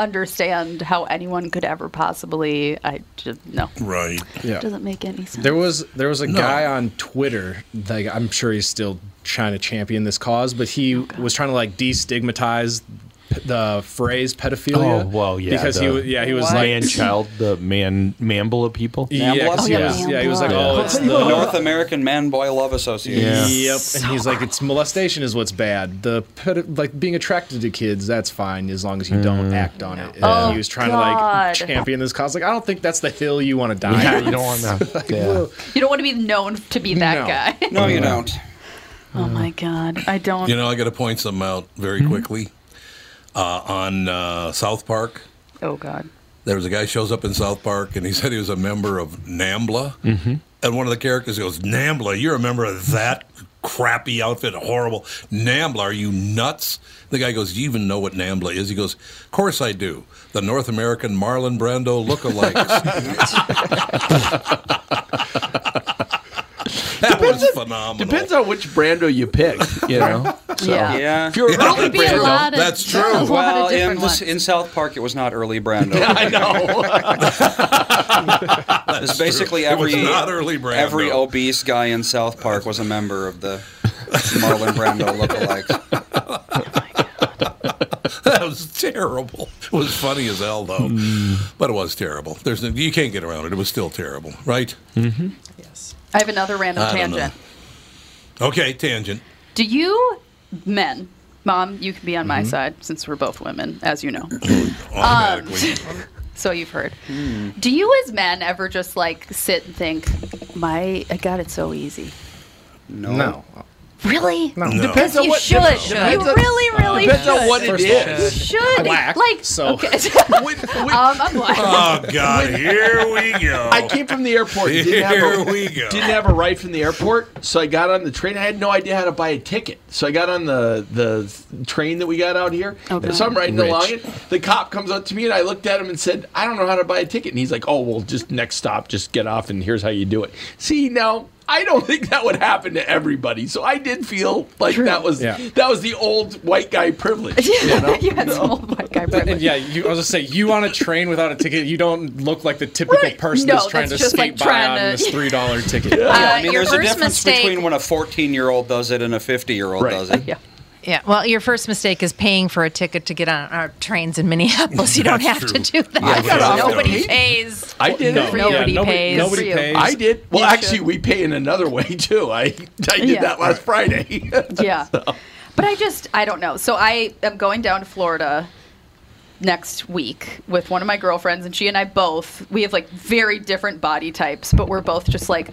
[SPEAKER 4] understand how anyone could ever possibly. I just, no,
[SPEAKER 1] Right.
[SPEAKER 3] Yeah.
[SPEAKER 4] doesn't make any sense.
[SPEAKER 3] There was there was a guy on Twitter. Like I'm sure he's still trying to champion this cause, but he
[SPEAKER 4] Oh,
[SPEAKER 3] was trying to like destigmatize p- the phrase pedophilia.
[SPEAKER 6] Oh well, yeah.
[SPEAKER 3] because he
[SPEAKER 6] the
[SPEAKER 3] was yeah he was
[SPEAKER 4] What?
[SPEAKER 3] like
[SPEAKER 6] man child, the man mambula people.
[SPEAKER 3] yeah, 'cause
[SPEAKER 5] Oh,
[SPEAKER 3] he
[SPEAKER 5] yeah,
[SPEAKER 3] was-
[SPEAKER 4] man
[SPEAKER 3] yeah he was like
[SPEAKER 4] blood.
[SPEAKER 3] oh it's
[SPEAKER 5] The
[SPEAKER 3] the
[SPEAKER 5] North American Man Boy Love Association.
[SPEAKER 6] Yeah.
[SPEAKER 3] Yep, and he's like, it's molestation is what's bad. The ped- like being attracted to kids, that's fine as long as you don't
[SPEAKER 6] Mm.
[SPEAKER 3] act on it. And
[SPEAKER 4] Oh,
[SPEAKER 3] he was trying
[SPEAKER 4] God.
[SPEAKER 3] to like champion this cause. Like, I don't think that's the hill you want to die.
[SPEAKER 6] Yeah,
[SPEAKER 3] on.
[SPEAKER 6] you don't want that. Yeah.
[SPEAKER 4] You don't want to be known to be that
[SPEAKER 3] No.
[SPEAKER 4] guy.
[SPEAKER 5] No, you don't.
[SPEAKER 4] oh my god, I don't.
[SPEAKER 1] You know, I got to point something out very
[SPEAKER 6] Hmm?
[SPEAKER 1] quickly. Uh, on uh, South Park,
[SPEAKER 4] oh god.
[SPEAKER 1] there was a guy shows up in South Park and he said he was a member of NAMBLA. Mm-hmm. And one of the characters goes, NAMBLA, you're a member of that crappy outfit, horrible. NAMBLA, are you nuts? The guy goes, You even know what NAMBLA is? He goes, Of course I do. The North American Marlon Brando lookalikes. that was phenomenal.
[SPEAKER 6] Depends on which Brando you pick. You know.
[SPEAKER 4] Yeah.
[SPEAKER 5] Yeah.
[SPEAKER 6] If you're
[SPEAKER 1] Yeah.
[SPEAKER 6] early
[SPEAKER 4] There'd be a
[SPEAKER 6] Brando-
[SPEAKER 4] lot of,
[SPEAKER 1] That's true.
[SPEAKER 4] A lot
[SPEAKER 5] Well,
[SPEAKER 4] of
[SPEAKER 5] in,
[SPEAKER 4] different
[SPEAKER 5] this,
[SPEAKER 4] ones.
[SPEAKER 5] in South Park, it was not early Brando.
[SPEAKER 6] I know.
[SPEAKER 5] It's basically
[SPEAKER 1] It was
[SPEAKER 5] every
[SPEAKER 1] not early Brando.
[SPEAKER 5] every obese guy in South Park was a member of the Marlon Brando lookalike.
[SPEAKER 4] Oh
[SPEAKER 1] That was terrible. It was funny as hell, though. But it was terrible. There's no, you can't get around it. It was still terrible, right?
[SPEAKER 4] I have another random
[SPEAKER 1] I don't know.
[SPEAKER 4] tangent.
[SPEAKER 1] Okay, tangent.
[SPEAKER 4] Do you men, mom, you can be on my
[SPEAKER 3] Mm-hmm.
[SPEAKER 4] side since we're both women, as you know. Um,
[SPEAKER 1] Automatically.
[SPEAKER 4] so you've heard. Do you as men ever just like sit and think, my I got it so easy.
[SPEAKER 5] No.
[SPEAKER 3] No,
[SPEAKER 4] Really?
[SPEAKER 3] No.
[SPEAKER 6] Depends on
[SPEAKER 4] you
[SPEAKER 6] what-
[SPEAKER 4] should.
[SPEAKER 6] depends on-
[SPEAKER 4] You really, really
[SPEAKER 6] Depends
[SPEAKER 4] should.
[SPEAKER 6] on what it
[SPEAKER 3] First of all,
[SPEAKER 6] is.
[SPEAKER 4] You should.
[SPEAKER 3] Whack,
[SPEAKER 4] Like
[SPEAKER 3] so-
[SPEAKER 4] okay. um, I'm black.
[SPEAKER 1] oh, God. Here we go.
[SPEAKER 6] I came from the airport. and Didn't
[SPEAKER 1] Here
[SPEAKER 6] have a,
[SPEAKER 1] we go.
[SPEAKER 6] Didn't have a ride from the airport, so I got on the train. I had no idea how to buy a ticket, so I got on the the train that we got out here.
[SPEAKER 4] Okay.
[SPEAKER 6] So I'm riding
[SPEAKER 3] Rich.
[SPEAKER 6] along it. The cop comes up to me, and I looked at him and said, "I don't know how to buy a ticket." And he's like, "Oh, well, just next stop, just get off, and here's how you do it." See now. I don't think that would happen to everybody, so I did feel like that was
[SPEAKER 3] Yeah.
[SPEAKER 6] that was the old white guy privilege.
[SPEAKER 4] you, had some old black guy
[SPEAKER 3] and
[SPEAKER 4] privilege.
[SPEAKER 3] yeah, you, I was just say you on a train without a ticket, you don't look like the typical person that's
[SPEAKER 4] No,
[SPEAKER 3] trying
[SPEAKER 4] that's
[SPEAKER 3] to
[SPEAKER 4] just,
[SPEAKER 3] skate
[SPEAKER 4] like,
[SPEAKER 3] by
[SPEAKER 4] trying
[SPEAKER 3] on
[SPEAKER 4] to-
[SPEAKER 3] this three dollar ticket.
[SPEAKER 5] Yeah,
[SPEAKER 2] Uh,
[SPEAKER 5] I mean,
[SPEAKER 2] your
[SPEAKER 5] there's a
[SPEAKER 2] first
[SPEAKER 5] difference
[SPEAKER 2] mistake-
[SPEAKER 5] between when a 14 year old does it and a 50 year old
[SPEAKER 6] Right.
[SPEAKER 5] does it.
[SPEAKER 4] Yeah.
[SPEAKER 2] Yeah, well, your first mistake is paying for a ticket to get on our trains in Minneapolis. You don't
[SPEAKER 1] That's
[SPEAKER 2] have
[SPEAKER 1] true.
[SPEAKER 2] to do that.
[SPEAKER 1] I got off
[SPEAKER 2] Nobody
[SPEAKER 6] the-
[SPEAKER 2] pays.
[SPEAKER 6] I did
[SPEAKER 3] No,
[SPEAKER 6] it.
[SPEAKER 4] Nobody
[SPEAKER 3] yeah, nobody,
[SPEAKER 4] pays.
[SPEAKER 3] nobody
[SPEAKER 4] Good for you.
[SPEAKER 3] pays.
[SPEAKER 6] I did. Well,
[SPEAKER 4] You should.
[SPEAKER 6] actually, we pay in another way too. I I did
[SPEAKER 4] Yeah.
[SPEAKER 6] that last Friday.
[SPEAKER 4] Yeah. But I just, I don't know. So I am going down to Florida next week with one of my girlfriends, and she and I both, we have like very different body types, but we're both just like,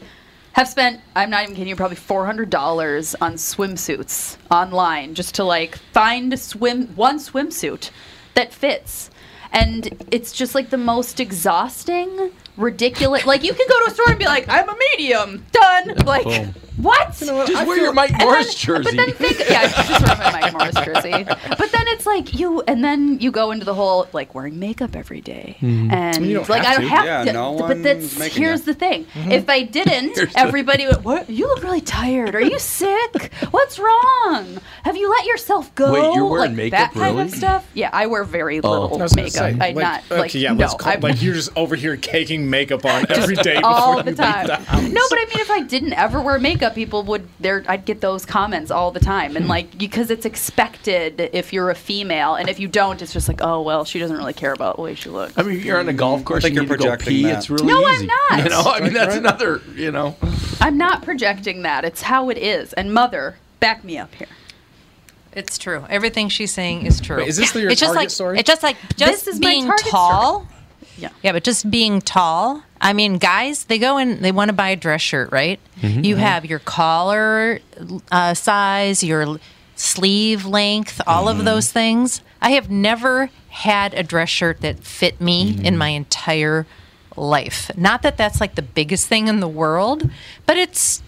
[SPEAKER 4] have spent, I'm not even kidding you, probably $400 on swimsuits online just to like find a swim, one swimsuit that fits. And it's just like the most exhausting, ridiculous. Like, you can go to a store and be like, I'm a medium, done. Like,
[SPEAKER 6] Boom.
[SPEAKER 4] what?
[SPEAKER 6] Just wear your Mike
[SPEAKER 4] And
[SPEAKER 6] Morris
[SPEAKER 4] then-
[SPEAKER 6] jersey.
[SPEAKER 4] But then think, yeah, just wear my Mike Morris jersey. But then it's like you, and then you go into the whole like wearing makeup every day,
[SPEAKER 6] Mm-hmm.
[SPEAKER 4] and
[SPEAKER 3] You don't
[SPEAKER 4] like I
[SPEAKER 3] have
[SPEAKER 4] don't
[SPEAKER 3] to.
[SPEAKER 4] have
[SPEAKER 5] Yeah,
[SPEAKER 4] to.
[SPEAKER 5] no
[SPEAKER 4] but that's
[SPEAKER 5] one's making
[SPEAKER 4] here's
[SPEAKER 5] you.
[SPEAKER 4] the thing:
[SPEAKER 3] Mm-hmm.
[SPEAKER 4] if I didn't, everybody would. What? You look really tired. Are you sick? What's wrong? Have you let yourself go?
[SPEAKER 6] Wait, you're wearing
[SPEAKER 4] like,
[SPEAKER 6] makeup,
[SPEAKER 4] that kind
[SPEAKER 6] really? Oh.
[SPEAKER 4] of stuff. Yeah, I wear very little
[SPEAKER 3] I was gonna
[SPEAKER 4] makeup.
[SPEAKER 3] say,
[SPEAKER 4] I not like
[SPEAKER 3] okay, yeah,
[SPEAKER 4] no.
[SPEAKER 3] let's call,
[SPEAKER 4] I'm-
[SPEAKER 3] like you're just over here caking makeup on every day before
[SPEAKER 4] all
[SPEAKER 3] you
[SPEAKER 4] the
[SPEAKER 3] leave
[SPEAKER 4] time.
[SPEAKER 3] house.
[SPEAKER 4] No, but I mean, if I didn't ever wear makeup, people would there. I'd get those comments all the time,
[SPEAKER 3] Hmm.
[SPEAKER 4] and like because it's expected if you're a female, and if you don't, it's just like, oh well, she doesn't really care about the way she looks.
[SPEAKER 6] I mean, if you're on a golf course.
[SPEAKER 5] think
[SPEAKER 6] you
[SPEAKER 5] you're
[SPEAKER 6] need to go
[SPEAKER 5] projecting
[SPEAKER 6] pee.
[SPEAKER 5] that.
[SPEAKER 6] It's really
[SPEAKER 4] No, I'm
[SPEAKER 6] easy.
[SPEAKER 4] not.
[SPEAKER 6] You know, I mean, that's another. You know,
[SPEAKER 4] I'm not projecting that. It's how it is. And mother, back me up here.
[SPEAKER 2] It's true. Everything she's saying is true.
[SPEAKER 3] Wait, is this the- your
[SPEAKER 2] it's just
[SPEAKER 3] Target
[SPEAKER 2] like,
[SPEAKER 3] story?
[SPEAKER 2] It's just like just
[SPEAKER 4] is my
[SPEAKER 2] being
[SPEAKER 4] Target
[SPEAKER 2] tall.
[SPEAKER 4] Yeah.
[SPEAKER 2] Yeah, but just being tall. I mean, guys, they go in, they want to buy a dress shirt, right?
[SPEAKER 3] Mm-hmm.
[SPEAKER 2] You have your collar uh, size, your sleeve length, all
[SPEAKER 3] Mm-hmm.
[SPEAKER 2] of those things. I have never had a dress shirt that fit me
[SPEAKER 3] Mm-hmm.
[SPEAKER 2] in my entire life. Not that that's like the biggest thing in the world, but it's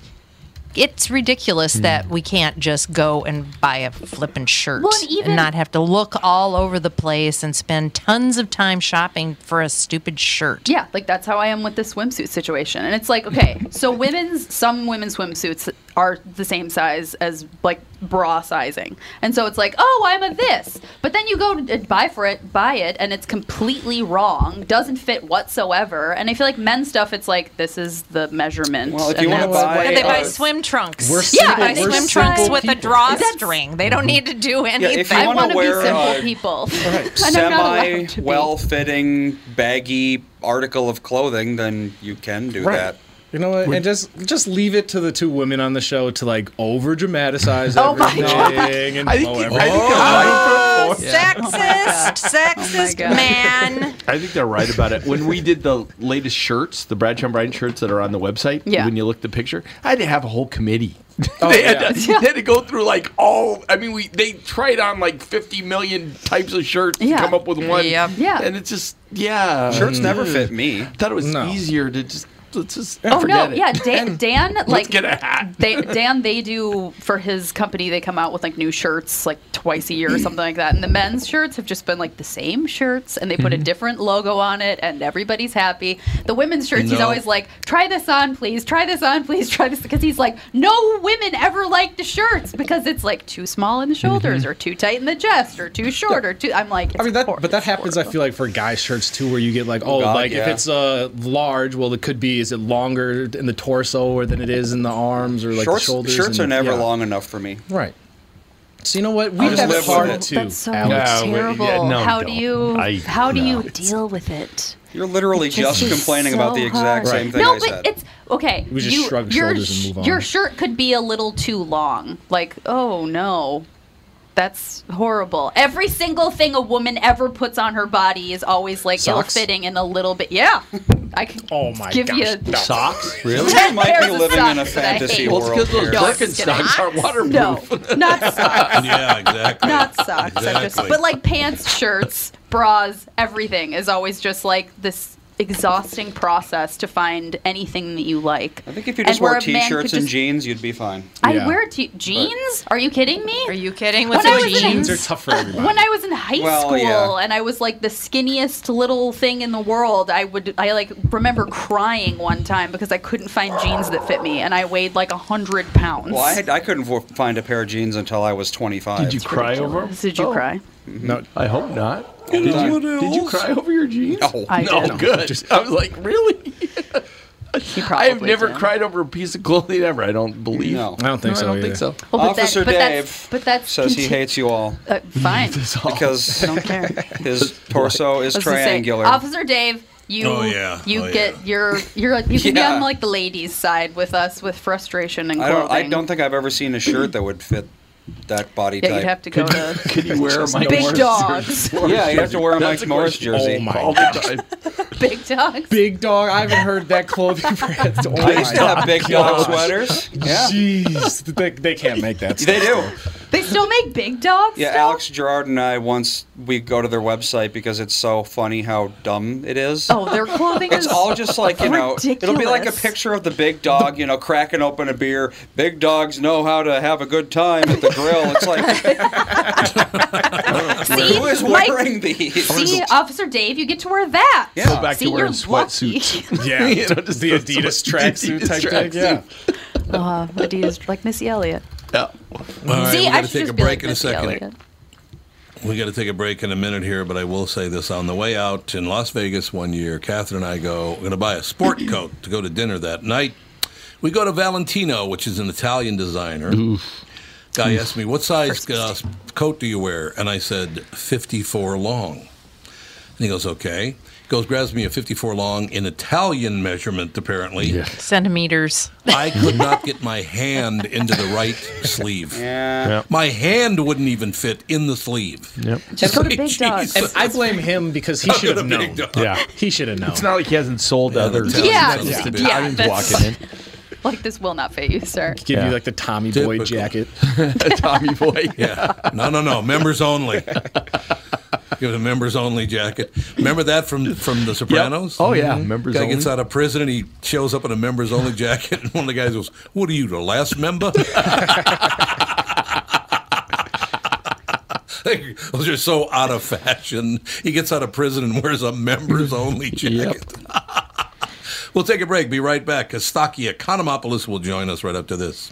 [SPEAKER 2] it's
[SPEAKER 3] Mm-hmm.
[SPEAKER 2] ridiculous that we can't just go and buy a flippin' shirt
[SPEAKER 4] Well, and even-
[SPEAKER 2] not have to look all over the place and spend tons of time shopping for a stupid shirt.
[SPEAKER 4] Yeah, like that's how I am with the swimsuit situation. And it's like, okay, so women's some women's swimsuits are the same size as like bra sizing. And so it's like, oh, I'm a this. But then you go to uh, buy for it, buy it, and it's completely wrong, doesn't fit whatsoever. And I feel like men's stuff, it's like this is the measurement.
[SPEAKER 5] Well, if
[SPEAKER 4] and
[SPEAKER 5] you wanna
[SPEAKER 4] that's what
[SPEAKER 5] buy-
[SPEAKER 4] it
[SPEAKER 2] They buy
[SPEAKER 4] is.
[SPEAKER 2] swim trunks.
[SPEAKER 3] We're
[SPEAKER 2] yeah,
[SPEAKER 3] simple-
[SPEAKER 2] they buy
[SPEAKER 4] we're
[SPEAKER 2] swim
[SPEAKER 4] simple
[SPEAKER 2] trunks with a
[SPEAKER 3] people.
[SPEAKER 2] drawstring. They don't need to do anything.
[SPEAKER 5] if you
[SPEAKER 4] I
[SPEAKER 5] wanna
[SPEAKER 4] want to be
[SPEAKER 5] wear,
[SPEAKER 4] simple
[SPEAKER 5] uh,
[SPEAKER 4] people. And I'm not
[SPEAKER 5] Semi
[SPEAKER 4] allowed to be.
[SPEAKER 5] well fitting, baggy article of clothing, then you can do that.
[SPEAKER 3] You know what? And just just leave it to the two women on the show to like over dramatize
[SPEAKER 4] Oh my
[SPEAKER 3] everything
[SPEAKER 4] God.
[SPEAKER 3] and
[SPEAKER 6] I think. I
[SPEAKER 3] blow
[SPEAKER 6] think they're
[SPEAKER 3] everything.
[SPEAKER 6] right.
[SPEAKER 2] Oh, sexist, sexist
[SPEAKER 4] Oh God.
[SPEAKER 2] man.
[SPEAKER 6] I think they're right about it. When we did the latest shirts, the Bradshaw and Bryant shirts that are on the website,
[SPEAKER 4] Yeah.
[SPEAKER 6] when you look at the picture, I had to have a whole committee.
[SPEAKER 3] Oh,
[SPEAKER 6] they, had
[SPEAKER 3] yeah.
[SPEAKER 6] to, they had to go through like all. I mean, we they tried on like fifty million types of shirts
[SPEAKER 4] Yeah.
[SPEAKER 6] to come up with one.
[SPEAKER 2] Yep.
[SPEAKER 4] Yeah.
[SPEAKER 6] and it's just yeah.
[SPEAKER 5] Shirts never fit me.
[SPEAKER 6] I thought it was
[SPEAKER 3] Mm. No.
[SPEAKER 6] easier to just let's just
[SPEAKER 4] Oh
[SPEAKER 6] forget
[SPEAKER 4] no,
[SPEAKER 6] it.
[SPEAKER 4] yeah, Dan, Dan like
[SPEAKER 6] get a hat.
[SPEAKER 4] they, Dan, they do for his company. They come out with like new shirts like twice a year or something like that. And the men's shirts have just been like the same shirts, and they
[SPEAKER 6] Mm-hmm.
[SPEAKER 4] put a different logo on it, and everybody's happy. The women's shirts, he's
[SPEAKER 1] No.
[SPEAKER 4] always like, "Try this on, please. Try this on, please. Try this," because he's like, "No women ever like the shirts because it's like too small in the
[SPEAKER 6] Mm-hmm.
[SPEAKER 4] shoulders, or too tight in the chest, or too short, or too." I'm like,
[SPEAKER 3] I mean that,
[SPEAKER 4] "It's
[SPEAKER 3] but that
[SPEAKER 4] horrible."
[SPEAKER 3] happens. I feel like for guy shirts too, where you get like, oh,
[SPEAKER 5] God,
[SPEAKER 3] like if
[SPEAKER 5] yeah.
[SPEAKER 3] it's uh, large, well, it could be is it longer in the torso or than it is in the arms or like
[SPEAKER 5] shorts
[SPEAKER 3] the shoulders.
[SPEAKER 5] shirts
[SPEAKER 3] and-
[SPEAKER 5] are never
[SPEAKER 3] yeah.
[SPEAKER 5] long enough for me.
[SPEAKER 3] right? So you know what? We
[SPEAKER 5] just
[SPEAKER 3] have
[SPEAKER 5] live with
[SPEAKER 3] hard
[SPEAKER 5] it.
[SPEAKER 3] too,
[SPEAKER 4] That's so
[SPEAKER 3] Alex.
[SPEAKER 6] Yeah, we-
[SPEAKER 4] terrible.
[SPEAKER 6] yeah, no,
[SPEAKER 4] how
[SPEAKER 6] don't.
[SPEAKER 4] do you
[SPEAKER 6] I-
[SPEAKER 4] how do
[SPEAKER 6] no,
[SPEAKER 4] you deal with it?
[SPEAKER 5] You're literally
[SPEAKER 4] It's
[SPEAKER 5] just
[SPEAKER 4] just
[SPEAKER 5] complaining
[SPEAKER 4] so
[SPEAKER 5] about the exact
[SPEAKER 4] hard.
[SPEAKER 5] same thing
[SPEAKER 4] Oh. no,
[SPEAKER 5] I
[SPEAKER 4] but
[SPEAKER 5] said.
[SPEAKER 4] it's okay.
[SPEAKER 3] We just
[SPEAKER 4] you,
[SPEAKER 3] shrug
[SPEAKER 4] your,
[SPEAKER 3] shoulders and
[SPEAKER 4] sh-
[SPEAKER 3] move on.
[SPEAKER 4] Your shirt could be a little too long. Like, oh no, that's horrible. Every single thing a woman ever puts on her body is always like
[SPEAKER 3] Socks?
[SPEAKER 4] ill-fitting and a little bit. Yeah, I can
[SPEAKER 3] Oh my
[SPEAKER 4] give
[SPEAKER 3] gosh.
[SPEAKER 4] you. A,
[SPEAKER 6] Socks, really?
[SPEAKER 5] You might be
[SPEAKER 4] pairs of
[SPEAKER 5] living in a
[SPEAKER 4] socks that I
[SPEAKER 5] fantasy
[SPEAKER 4] hate.
[SPEAKER 6] Well, it's
[SPEAKER 5] world.
[SPEAKER 6] because those
[SPEAKER 5] here.
[SPEAKER 4] No, I'm just kidding.
[SPEAKER 6] Birkenstocks are waterproof.
[SPEAKER 4] no, not socks.
[SPEAKER 1] Yeah, exactly.
[SPEAKER 4] Not socks. I'm just,
[SPEAKER 1] Exactly.
[SPEAKER 4] but like pants, shirts, bras, everything is always just like this exhausting process to find anything that you like.
[SPEAKER 5] I think if you just wore t-shirts and jeans, you'd be fine.
[SPEAKER 4] I
[SPEAKER 3] Yeah.
[SPEAKER 4] wear t- jeans. Are you kidding me?
[SPEAKER 2] Are you kidding
[SPEAKER 4] When
[SPEAKER 2] with
[SPEAKER 4] I
[SPEAKER 2] the
[SPEAKER 4] was in-
[SPEAKER 2] jeans?
[SPEAKER 3] Jeans are tough for everybody.
[SPEAKER 4] when I was in high
[SPEAKER 5] Well,
[SPEAKER 4] school
[SPEAKER 5] yeah.
[SPEAKER 4] and I was like the skinniest little thing in the world, I would I like remember crying one time because I couldn't find jeans that fit me and I weighed like a hundred pounds.
[SPEAKER 5] Well, I, had, I couldn't vo- find a pair of jeans until I was 25.
[SPEAKER 6] Did you cry over 'em?
[SPEAKER 4] Did you
[SPEAKER 6] Oh,
[SPEAKER 4] cry?
[SPEAKER 3] Mm-hmm. no,
[SPEAKER 6] I hope not. Did you, did you cry over your jeans?
[SPEAKER 5] No.
[SPEAKER 4] I
[SPEAKER 6] no,
[SPEAKER 4] did.
[SPEAKER 6] good. I was like, really?
[SPEAKER 4] He
[SPEAKER 6] I
[SPEAKER 4] probably
[SPEAKER 6] have never
[SPEAKER 4] did.
[SPEAKER 6] cried over a piece of clothing ever. I don't believe.
[SPEAKER 5] No.
[SPEAKER 3] I don't think
[SPEAKER 6] No,
[SPEAKER 3] so.
[SPEAKER 6] I don't
[SPEAKER 3] either.
[SPEAKER 6] think so.
[SPEAKER 4] Well, but that-
[SPEAKER 5] Officer
[SPEAKER 4] but that's-
[SPEAKER 5] Dave
[SPEAKER 4] but that's
[SPEAKER 5] says he
[SPEAKER 4] conti-
[SPEAKER 5] hates you all
[SPEAKER 4] Uh, fine.
[SPEAKER 5] because
[SPEAKER 4] I don't care.
[SPEAKER 5] his torso is
[SPEAKER 4] I was gonna say,
[SPEAKER 5] triangular.
[SPEAKER 4] Officer Dave, you
[SPEAKER 1] Oh, yeah.
[SPEAKER 4] you
[SPEAKER 1] Oh,
[SPEAKER 4] get
[SPEAKER 1] yeah.
[SPEAKER 4] your you're like you can
[SPEAKER 5] Yeah.
[SPEAKER 4] be on like the ladies' side with us with frustration and
[SPEAKER 5] I
[SPEAKER 4] clothing.
[SPEAKER 5] don't. I don't think I've ever seen a shirt that would fit that body
[SPEAKER 4] Yeah,
[SPEAKER 5] type.
[SPEAKER 4] you'd have to go to
[SPEAKER 6] Can you wear a Mike
[SPEAKER 4] big
[SPEAKER 6] Morris
[SPEAKER 4] dogs.
[SPEAKER 5] yeah, you'd have to wear a
[SPEAKER 3] That's
[SPEAKER 5] Mike
[SPEAKER 3] a
[SPEAKER 5] Morris
[SPEAKER 3] question.
[SPEAKER 5] jersey.
[SPEAKER 3] Oh my
[SPEAKER 6] all the time?
[SPEAKER 4] big dogs.
[SPEAKER 3] Big dog. I haven't heard that clothing brand. Oh
[SPEAKER 5] I
[SPEAKER 3] my
[SPEAKER 5] used to have big dog
[SPEAKER 3] gosh.
[SPEAKER 5] sweaters. Yeah.
[SPEAKER 3] Jeez, they, they can't make that.
[SPEAKER 5] They do.
[SPEAKER 4] They still make big dogs.
[SPEAKER 5] Yeah,
[SPEAKER 4] still?
[SPEAKER 5] Alex Gerard and I once we go to their website because it's so funny how dumb it is.
[SPEAKER 4] Oh, their clothing
[SPEAKER 5] It's
[SPEAKER 4] is
[SPEAKER 5] all just like you know. It'll be like a
[SPEAKER 4] Ridiculous.
[SPEAKER 5] picture of the big dog, you know, cracking open a beer. Big dogs know how to have a good time at the grill. It's like
[SPEAKER 4] See,
[SPEAKER 5] who is
[SPEAKER 4] Mike-
[SPEAKER 5] wearing these?
[SPEAKER 4] See, Officer Dave, you get to wear that.
[SPEAKER 5] Yeah. Go
[SPEAKER 6] back
[SPEAKER 4] See,
[SPEAKER 6] to
[SPEAKER 4] you're
[SPEAKER 6] wearing sweatsuits.
[SPEAKER 4] lucky.
[SPEAKER 3] Yeah,
[SPEAKER 6] You know, just
[SPEAKER 3] the
[SPEAKER 6] the
[SPEAKER 3] Adidas
[SPEAKER 6] sweat-
[SPEAKER 3] tracksuit
[SPEAKER 6] Adidas
[SPEAKER 3] type thing. Yeah.
[SPEAKER 4] uh, Adidas, like Missy Elliott.
[SPEAKER 6] Yeah.
[SPEAKER 1] All right,
[SPEAKER 4] See,
[SPEAKER 1] we're
[SPEAKER 4] I
[SPEAKER 1] going to
[SPEAKER 4] should
[SPEAKER 1] take
[SPEAKER 4] just
[SPEAKER 1] a
[SPEAKER 4] be
[SPEAKER 1] break
[SPEAKER 4] like
[SPEAKER 1] in a
[SPEAKER 4] Missy
[SPEAKER 1] second.
[SPEAKER 4] Elliott.
[SPEAKER 1] We got to take a break in a minute here, but I will say this: on the way out in Las Vegas one year, Catherine and I go. We're going to buy a sport coat to go to dinner that night. We go to Valentino, which is an Italian designer. Guy asked me, "What size uh, coat do you wear?" And I said, "54 long." And he goes, "Okay." He goes, grabs me a 54 long in Italian measurement. Apparently,
[SPEAKER 2] Centimeters.
[SPEAKER 1] I could not get my hand into the right sleeve.
[SPEAKER 5] Yeah.
[SPEAKER 1] My hand wouldn't even fit in the sleeve.
[SPEAKER 6] Yep.
[SPEAKER 4] Just go to big dogs.
[SPEAKER 1] Jesus.
[SPEAKER 3] I blame him because he should have known.
[SPEAKER 1] big dog.
[SPEAKER 3] Yeah, he should have known.
[SPEAKER 6] It's not like he hasn't sold other.
[SPEAKER 1] that's-
[SPEAKER 4] Yeah,
[SPEAKER 6] It's
[SPEAKER 4] yeah,
[SPEAKER 6] just
[SPEAKER 4] yeah,
[SPEAKER 6] Italians
[SPEAKER 4] that's-
[SPEAKER 6] walking in.
[SPEAKER 4] Like this will not fit you, sir.
[SPEAKER 3] give
[SPEAKER 6] Yeah.
[SPEAKER 3] you like the Tommy Boy
[SPEAKER 1] Typical.
[SPEAKER 3] jacket.
[SPEAKER 6] Tommy boy.
[SPEAKER 1] Yeah. No, no, no. Members only. Give it a members only jacket. Remember that from from The Sopranos? Mm-hmm.
[SPEAKER 6] Oh, yeah. Members
[SPEAKER 1] Guy
[SPEAKER 6] only.
[SPEAKER 1] gets out of prison and he shows up in a members only jacket, and one of the guys goes, "What are you, the last member?" Those are so out of fashion. He gets out of prison and wears a members only jacket. we'll take a break. Be right back. Kostaki Economopoulos will join us right after this.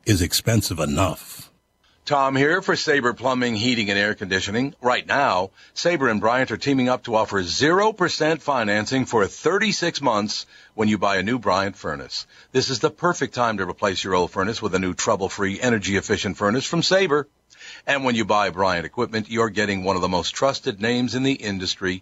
[SPEAKER 1] is expensive enough. Tom here for Sabre Plumbing, Heating and Air Conditioning. Right now, Sabre and Bryant are teaming up to offer 0% financing for 36 months when you buy a new Bryant furnace. This is the perfect time to replace your old furnace with a new trouble-free, energy-efficient furnace from Sabre. And when you buy Bryant equipment, you're getting one of the most trusted names in the industry.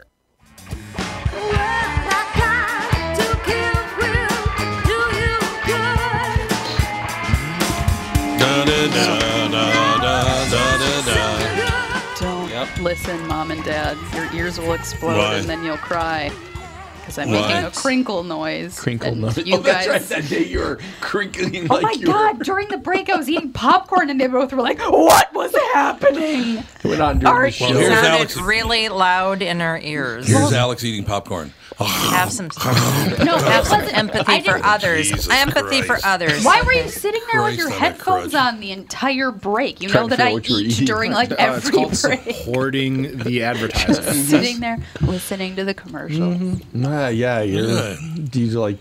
[SPEAKER 4] Don't
[SPEAKER 5] Yep.
[SPEAKER 4] listen, mom and dad. Your ears will explode
[SPEAKER 1] Why?
[SPEAKER 4] and then you'll cry. Because I'm
[SPEAKER 1] Why?
[SPEAKER 4] making a crinkle noise.
[SPEAKER 6] Crinkle
[SPEAKER 4] and
[SPEAKER 6] noise.
[SPEAKER 4] You
[SPEAKER 6] oh,
[SPEAKER 4] guys.
[SPEAKER 6] that's right. That day you were crinkling
[SPEAKER 4] Oh
[SPEAKER 6] like
[SPEAKER 4] my
[SPEAKER 6] you
[SPEAKER 4] god, during the break I was eating popcorn and they both were like, What was happening?
[SPEAKER 6] were, went on during
[SPEAKER 4] Our
[SPEAKER 6] the show.
[SPEAKER 1] Well, here's
[SPEAKER 2] Sounded
[SPEAKER 1] Alex.
[SPEAKER 2] really loud in our ears.
[SPEAKER 1] Here's Alex eating popcorn.
[SPEAKER 2] have some no, have some empathy for others.
[SPEAKER 1] Jesus
[SPEAKER 2] empathy
[SPEAKER 1] Christ.
[SPEAKER 2] for others.
[SPEAKER 4] Why were you sitting there
[SPEAKER 1] Christ
[SPEAKER 4] with your
[SPEAKER 1] on a
[SPEAKER 4] headphones
[SPEAKER 1] crutch.
[SPEAKER 4] on the entire break? You
[SPEAKER 6] Trying
[SPEAKER 4] know
[SPEAKER 6] to
[SPEAKER 4] that I
[SPEAKER 6] figure out what you were
[SPEAKER 4] eat
[SPEAKER 6] eating. Oh,
[SPEAKER 4] during like
[SPEAKER 3] Uh, it's
[SPEAKER 4] every
[SPEAKER 3] called
[SPEAKER 4] break.
[SPEAKER 3] supporting the advertisement.
[SPEAKER 4] Sitting there listening to the commercials.
[SPEAKER 6] Mm-hmm. Nah, yeah, you're,
[SPEAKER 1] Yeah.
[SPEAKER 6] Do you like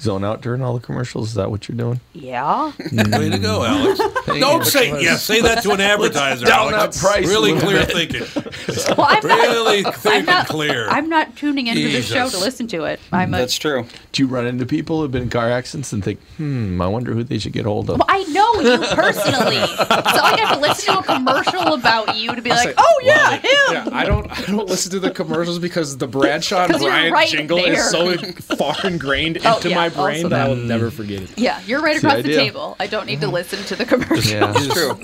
[SPEAKER 6] zone out during all the commercials? Is that what you're doing?
[SPEAKER 4] Yeah.
[SPEAKER 6] Mm.
[SPEAKER 1] Way to go, Alex. Don't say yes. Say that to an advertiser,
[SPEAKER 6] down
[SPEAKER 1] Alex.
[SPEAKER 6] that price a
[SPEAKER 1] really
[SPEAKER 6] little
[SPEAKER 1] clear thinking.
[SPEAKER 4] Well I'm not
[SPEAKER 1] Really thinking
[SPEAKER 4] I'm not
[SPEAKER 1] clear.
[SPEAKER 4] I'm not tuning into the show to
[SPEAKER 1] Jesus.
[SPEAKER 4] listen to it. I'm a
[SPEAKER 5] That's true.
[SPEAKER 6] Do you run into people who've been in car accidents and think, hmm, I wonder who they should get hold of?
[SPEAKER 4] Well, I know you personally, so I have to listen to a commercial about you to be like,
[SPEAKER 3] say,
[SPEAKER 4] "Oh yeah, him."
[SPEAKER 3] Yeah, I don't. I don't listen to the commercials because the Bradshaw and
[SPEAKER 4] 'Cause you're
[SPEAKER 3] Bryant
[SPEAKER 4] right
[SPEAKER 3] jingle is so
[SPEAKER 4] there.
[SPEAKER 3] far ingrained
[SPEAKER 4] Oh,
[SPEAKER 3] into
[SPEAKER 4] yeah,
[SPEAKER 3] my brain
[SPEAKER 4] also
[SPEAKER 3] that I
[SPEAKER 4] that.
[SPEAKER 3] will never forget it.
[SPEAKER 4] Yeah, you're right across the
[SPEAKER 6] idea. Mm-hmm.
[SPEAKER 4] table. I don't need to listen to the commercial.
[SPEAKER 6] Yeah.
[SPEAKER 5] It's true.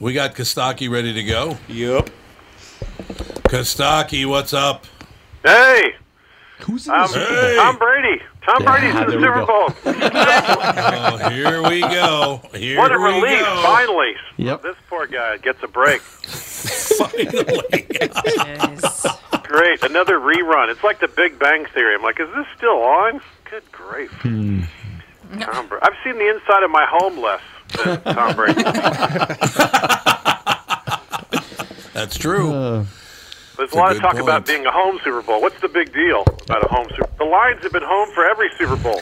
[SPEAKER 1] We got Kostaki ready to go.
[SPEAKER 5] Yep.
[SPEAKER 1] Kostaki, what's up?
[SPEAKER 8] Hey,
[SPEAKER 6] Who's in
[SPEAKER 8] I'm,
[SPEAKER 6] this?
[SPEAKER 8] Tom Brady. Tom
[SPEAKER 6] Yeah,
[SPEAKER 8] Brady's in the
[SPEAKER 6] there we
[SPEAKER 8] Super
[SPEAKER 6] go.
[SPEAKER 8] Bowl.
[SPEAKER 1] Oh, here we go. Here
[SPEAKER 8] What a
[SPEAKER 1] we
[SPEAKER 8] relief!
[SPEAKER 1] go.
[SPEAKER 8] Finally,
[SPEAKER 6] Yep.
[SPEAKER 8] this poor guy gets a break.
[SPEAKER 1] Finally.
[SPEAKER 2] Jeez.
[SPEAKER 8] Great, another rerun. It's like The Big Bang Theory. I'm like, is this still on? Good grief!
[SPEAKER 4] Hmm.
[SPEAKER 8] Tom Brady. I've seen the inside of my home less than Tom Brady.
[SPEAKER 1] That's true.
[SPEAKER 6] Uh,
[SPEAKER 8] There's a lot
[SPEAKER 1] good
[SPEAKER 8] of talk
[SPEAKER 1] point.
[SPEAKER 8] about being a home Super Bowl. What's the big deal about a home Super? The Lions have been home for every Super Bowl.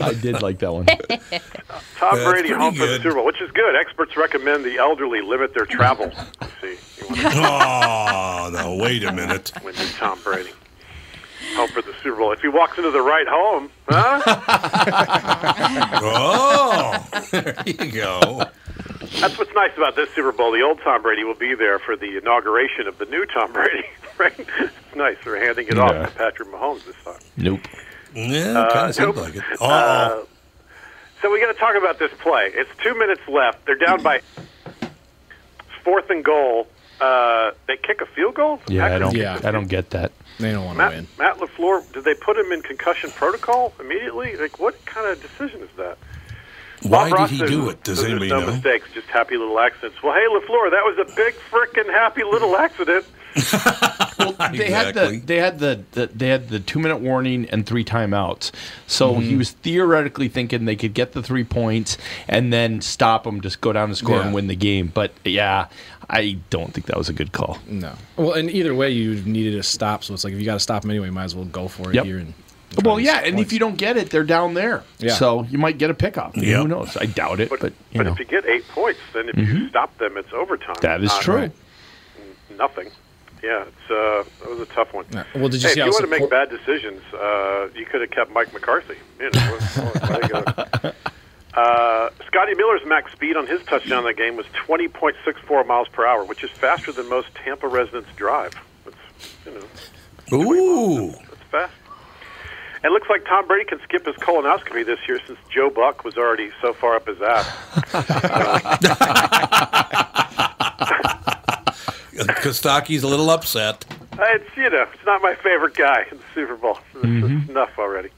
[SPEAKER 6] I did like that one.
[SPEAKER 8] Tom
[SPEAKER 1] That's
[SPEAKER 8] Brady
[SPEAKER 1] pretty
[SPEAKER 8] home for the
[SPEAKER 1] good.
[SPEAKER 8] Super Bowl, which is good. Experts recommend the elderly limit their travel. See, you want to
[SPEAKER 1] oh, no, wait a minute.
[SPEAKER 8] win with Tom Brady. Home for the Super Bowl. If he walks into the right home, huh?
[SPEAKER 1] Oh, there you go.
[SPEAKER 8] That's what's nice about this Super Bowl. The old Tom Brady will be there for the inauguration of the new Tom Brady. Right? It's nice. They're handing it off
[SPEAKER 6] Yeah.
[SPEAKER 8] to Patrick Mahomes this time.
[SPEAKER 6] Nope.
[SPEAKER 1] Yeah,
[SPEAKER 3] Uh,
[SPEAKER 1] kind of seems
[SPEAKER 8] nope.
[SPEAKER 1] like it. Oh,
[SPEAKER 8] Uh, So we got to talk about this play. It's two minutes left. They're down by fourth and goal. Uh, they kick a field goal.
[SPEAKER 6] Yeah, I
[SPEAKER 8] Packers
[SPEAKER 6] don't.
[SPEAKER 8] kick
[SPEAKER 3] Yeah.
[SPEAKER 6] I don't get that.
[SPEAKER 3] They don't want to
[SPEAKER 8] Matt,
[SPEAKER 3] win.
[SPEAKER 8] Matt LaFleur, did they put him in concussion protocol immediately? Like, what kind of decision is that?
[SPEAKER 1] why
[SPEAKER 8] Bob
[SPEAKER 1] did he
[SPEAKER 8] Ross
[SPEAKER 1] do
[SPEAKER 8] says
[SPEAKER 1] it? Does
[SPEAKER 8] there's
[SPEAKER 1] anybody
[SPEAKER 8] no
[SPEAKER 1] know?
[SPEAKER 8] mistakes, just happy little accidents. Well, hey, LaFleur, that was a big frickin' happy little accident.
[SPEAKER 6] They had
[SPEAKER 1] Exactly.
[SPEAKER 6] the they had the, the they had the two minute warning and three timeouts. So he
[SPEAKER 1] Mm-hmm.
[SPEAKER 6] was theoretically thinking they could get the three points and then stop them, just go down and score
[SPEAKER 3] Yeah.
[SPEAKER 6] and win the game. But yeah, I don't think that was a good call.
[SPEAKER 3] No. Well, and either way, you needed a stop. So it's like if you got to stop them anyway, you might as well go for it
[SPEAKER 6] Yep.
[SPEAKER 3] here. And
[SPEAKER 6] Well, yeah, and if you don't get it, they're down there.
[SPEAKER 3] Yeah.
[SPEAKER 6] So you might get a pickup.
[SPEAKER 1] Yep.
[SPEAKER 6] Who knows? I doubt it, but,
[SPEAKER 8] But,
[SPEAKER 6] you know
[SPEAKER 8] if you get eight points, then if you stop them, it's overtime.
[SPEAKER 6] Mm-hmm. that is
[SPEAKER 8] not
[SPEAKER 6] true.
[SPEAKER 3] right.
[SPEAKER 8] Nothing. Yeah, it's, uh, that was a tough one.
[SPEAKER 3] Yeah. Well, did you
[SPEAKER 8] hey,
[SPEAKER 3] see
[SPEAKER 8] if
[SPEAKER 3] how
[SPEAKER 8] you want to
[SPEAKER 3] support-
[SPEAKER 8] make bad decisions, uh, you could have kept Mike McCarthy. You know, well, there you go. Uh, Scotty Miller's max speed on his touchdown that game was 20.64 miles per hour, which is faster than most Tampa residents drive. It's, you know,
[SPEAKER 1] Ooh,
[SPEAKER 8] it's fast. And It looks like Tom Brady can skip his colonoscopy this year since Joe Buck was already so far up his ass.
[SPEAKER 1] Kostaki's a little upset.
[SPEAKER 8] Uh, It's you know, it's not my favorite guy in the Super Bowl. It's just enough already.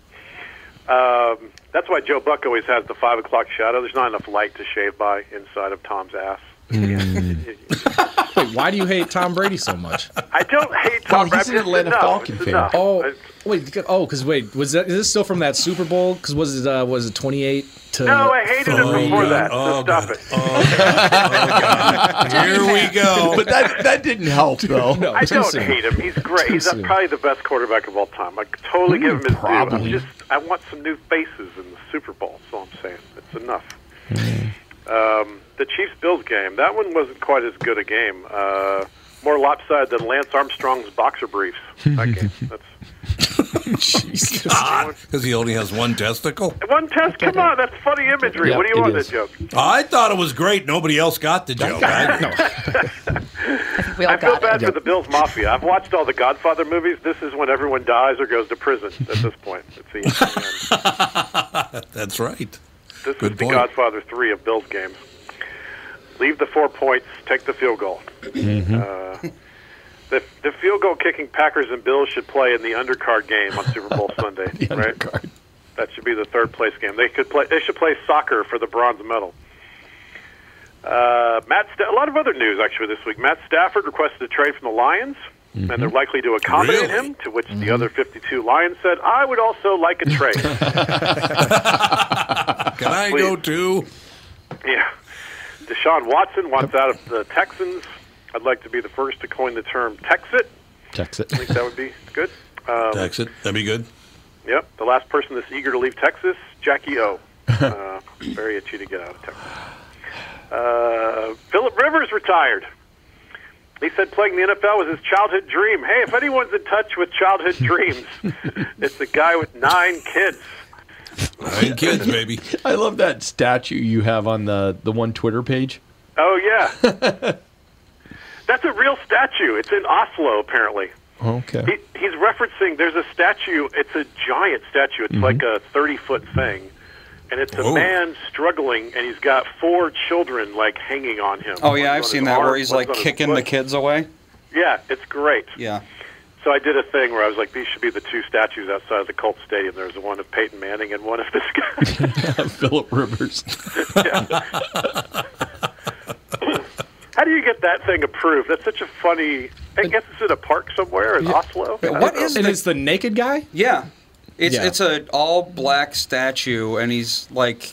[SPEAKER 8] Um, that's why Joe Buck always has the five o'clock shadow. There's not enough light to shave by inside of Tom's ass.
[SPEAKER 3] Wait, why do you hate Tom Brady so much?
[SPEAKER 8] I don't hate Tom.
[SPEAKER 6] Well, he's
[SPEAKER 8] Brady.
[SPEAKER 6] an
[SPEAKER 8] It's
[SPEAKER 6] Atlanta
[SPEAKER 8] enough.
[SPEAKER 6] Falcon
[SPEAKER 8] It's
[SPEAKER 6] fan.
[SPEAKER 8] enough.
[SPEAKER 3] Oh,
[SPEAKER 8] It's-
[SPEAKER 3] wait. Oh, because wait, was that is this still from that Super Bowl? Because was it uh, was it twenty eight to?
[SPEAKER 8] no, I hated him
[SPEAKER 1] Oh,
[SPEAKER 8] before
[SPEAKER 1] God.
[SPEAKER 8] that.
[SPEAKER 1] Oh,
[SPEAKER 8] so stop
[SPEAKER 1] God.
[SPEAKER 8] it.
[SPEAKER 1] Here we go.
[SPEAKER 6] But that that didn't help though.
[SPEAKER 3] No,
[SPEAKER 8] I
[SPEAKER 3] too
[SPEAKER 8] don't
[SPEAKER 3] soon.
[SPEAKER 8] hate him. He's great. He's
[SPEAKER 3] soon.
[SPEAKER 8] probably the best quarterback of all time. I could totally give him his
[SPEAKER 6] Probably.
[SPEAKER 8] due. I'm just, I want some new faces in the Super Bowl. That's all I'm saying. It's enough. Um, the Chiefs Bills game. That one wasn't quite as good a game. Uh, more lopsided than Lance Armstrong's boxer briefs. That game. That's
[SPEAKER 1] Because he only has one testicle.
[SPEAKER 8] one test. Come on, that's funny imagery.
[SPEAKER 6] Yep,
[SPEAKER 8] what do you
[SPEAKER 6] it
[SPEAKER 8] want
[SPEAKER 6] is.
[SPEAKER 8] that joke?
[SPEAKER 1] I thought it was great. Nobody else got the joke. I-
[SPEAKER 2] we all
[SPEAKER 8] I feel
[SPEAKER 2] got it.
[SPEAKER 8] bad for the Bills Mafia. I've watched all the Godfather movies. This is when everyone dies or goes to prison. At this point, it's the end.
[SPEAKER 1] That's right.
[SPEAKER 8] This
[SPEAKER 1] Good
[SPEAKER 8] is the
[SPEAKER 1] point.
[SPEAKER 8] Godfather 3 of Bills games. Leave the four points, take the field goal.
[SPEAKER 1] Mm-hmm.
[SPEAKER 6] Mm-hmm.
[SPEAKER 8] Uh, the, the field goal kicking Packers and Bills should play in the undercard game on Super Bowl Sunday, right? That should be the third place game. They could play. They should play soccer for the bronze medal. Uh, Matt, Sta- a lot of other news actually this week. Matt Stafford requested a trade from the Lions, and they're likely to accommodate
[SPEAKER 1] Mm-hmm. Really? Mm-hmm.
[SPEAKER 8] him. To which the other 52 Lions said, "I would also like a trade."
[SPEAKER 1] Can I go too?
[SPEAKER 8] Yeah. Deshaun Watson wants out of the Texans. I'd like to be the first to coin the term Texit.
[SPEAKER 6] Text it.
[SPEAKER 8] I think that would be good. Um,
[SPEAKER 1] Exit. That'd be good.
[SPEAKER 8] yep. The last person that's eager to leave Texas, Jackie O. Uh, very itchy to get out of Texas. Uh, Philip Rivers retired. He said playing the NFL was his childhood dream. Hey, if anyone's in touch with childhood dreams, it's a guy with nine kids.
[SPEAKER 1] Nine kids, baby.
[SPEAKER 6] I love that statue you have on the the one Twitter page.
[SPEAKER 8] Oh yeah, that's a real statue. It's in Oslo, apparently.
[SPEAKER 6] Okay.
[SPEAKER 8] He, he's referencing there's a statue. It's a giant statue. It's like a 30 foot thing. and it's a
[SPEAKER 5] Ooh.
[SPEAKER 8] man struggling, and he's got four children like hanging on him.
[SPEAKER 5] Oh yeah,
[SPEAKER 8] One's
[SPEAKER 5] I've
[SPEAKER 8] on
[SPEAKER 5] seen
[SPEAKER 8] his
[SPEAKER 5] that where
[SPEAKER 8] arm,
[SPEAKER 5] he's
[SPEAKER 8] one's
[SPEAKER 5] like
[SPEAKER 8] on his
[SPEAKER 5] kicking the
[SPEAKER 8] foot.
[SPEAKER 5] kids away.
[SPEAKER 8] Yeah, it's great.
[SPEAKER 5] Yeah.
[SPEAKER 8] So I did a thing where I was like, these should be the two statues outside of the Colt Stadium. There's one of Peyton Manning and one of this guy.
[SPEAKER 6] Philip Rivers.
[SPEAKER 8] How do you get that thing approved? That's such a funny. I guess it's in a park somewhere in Oslo. I don't
[SPEAKER 5] What
[SPEAKER 8] know.
[SPEAKER 5] is
[SPEAKER 3] And
[SPEAKER 5] the-
[SPEAKER 3] it's the naked guy?
[SPEAKER 5] Yeah, it's
[SPEAKER 3] Yeah.
[SPEAKER 5] it's a all black statue, and he's like,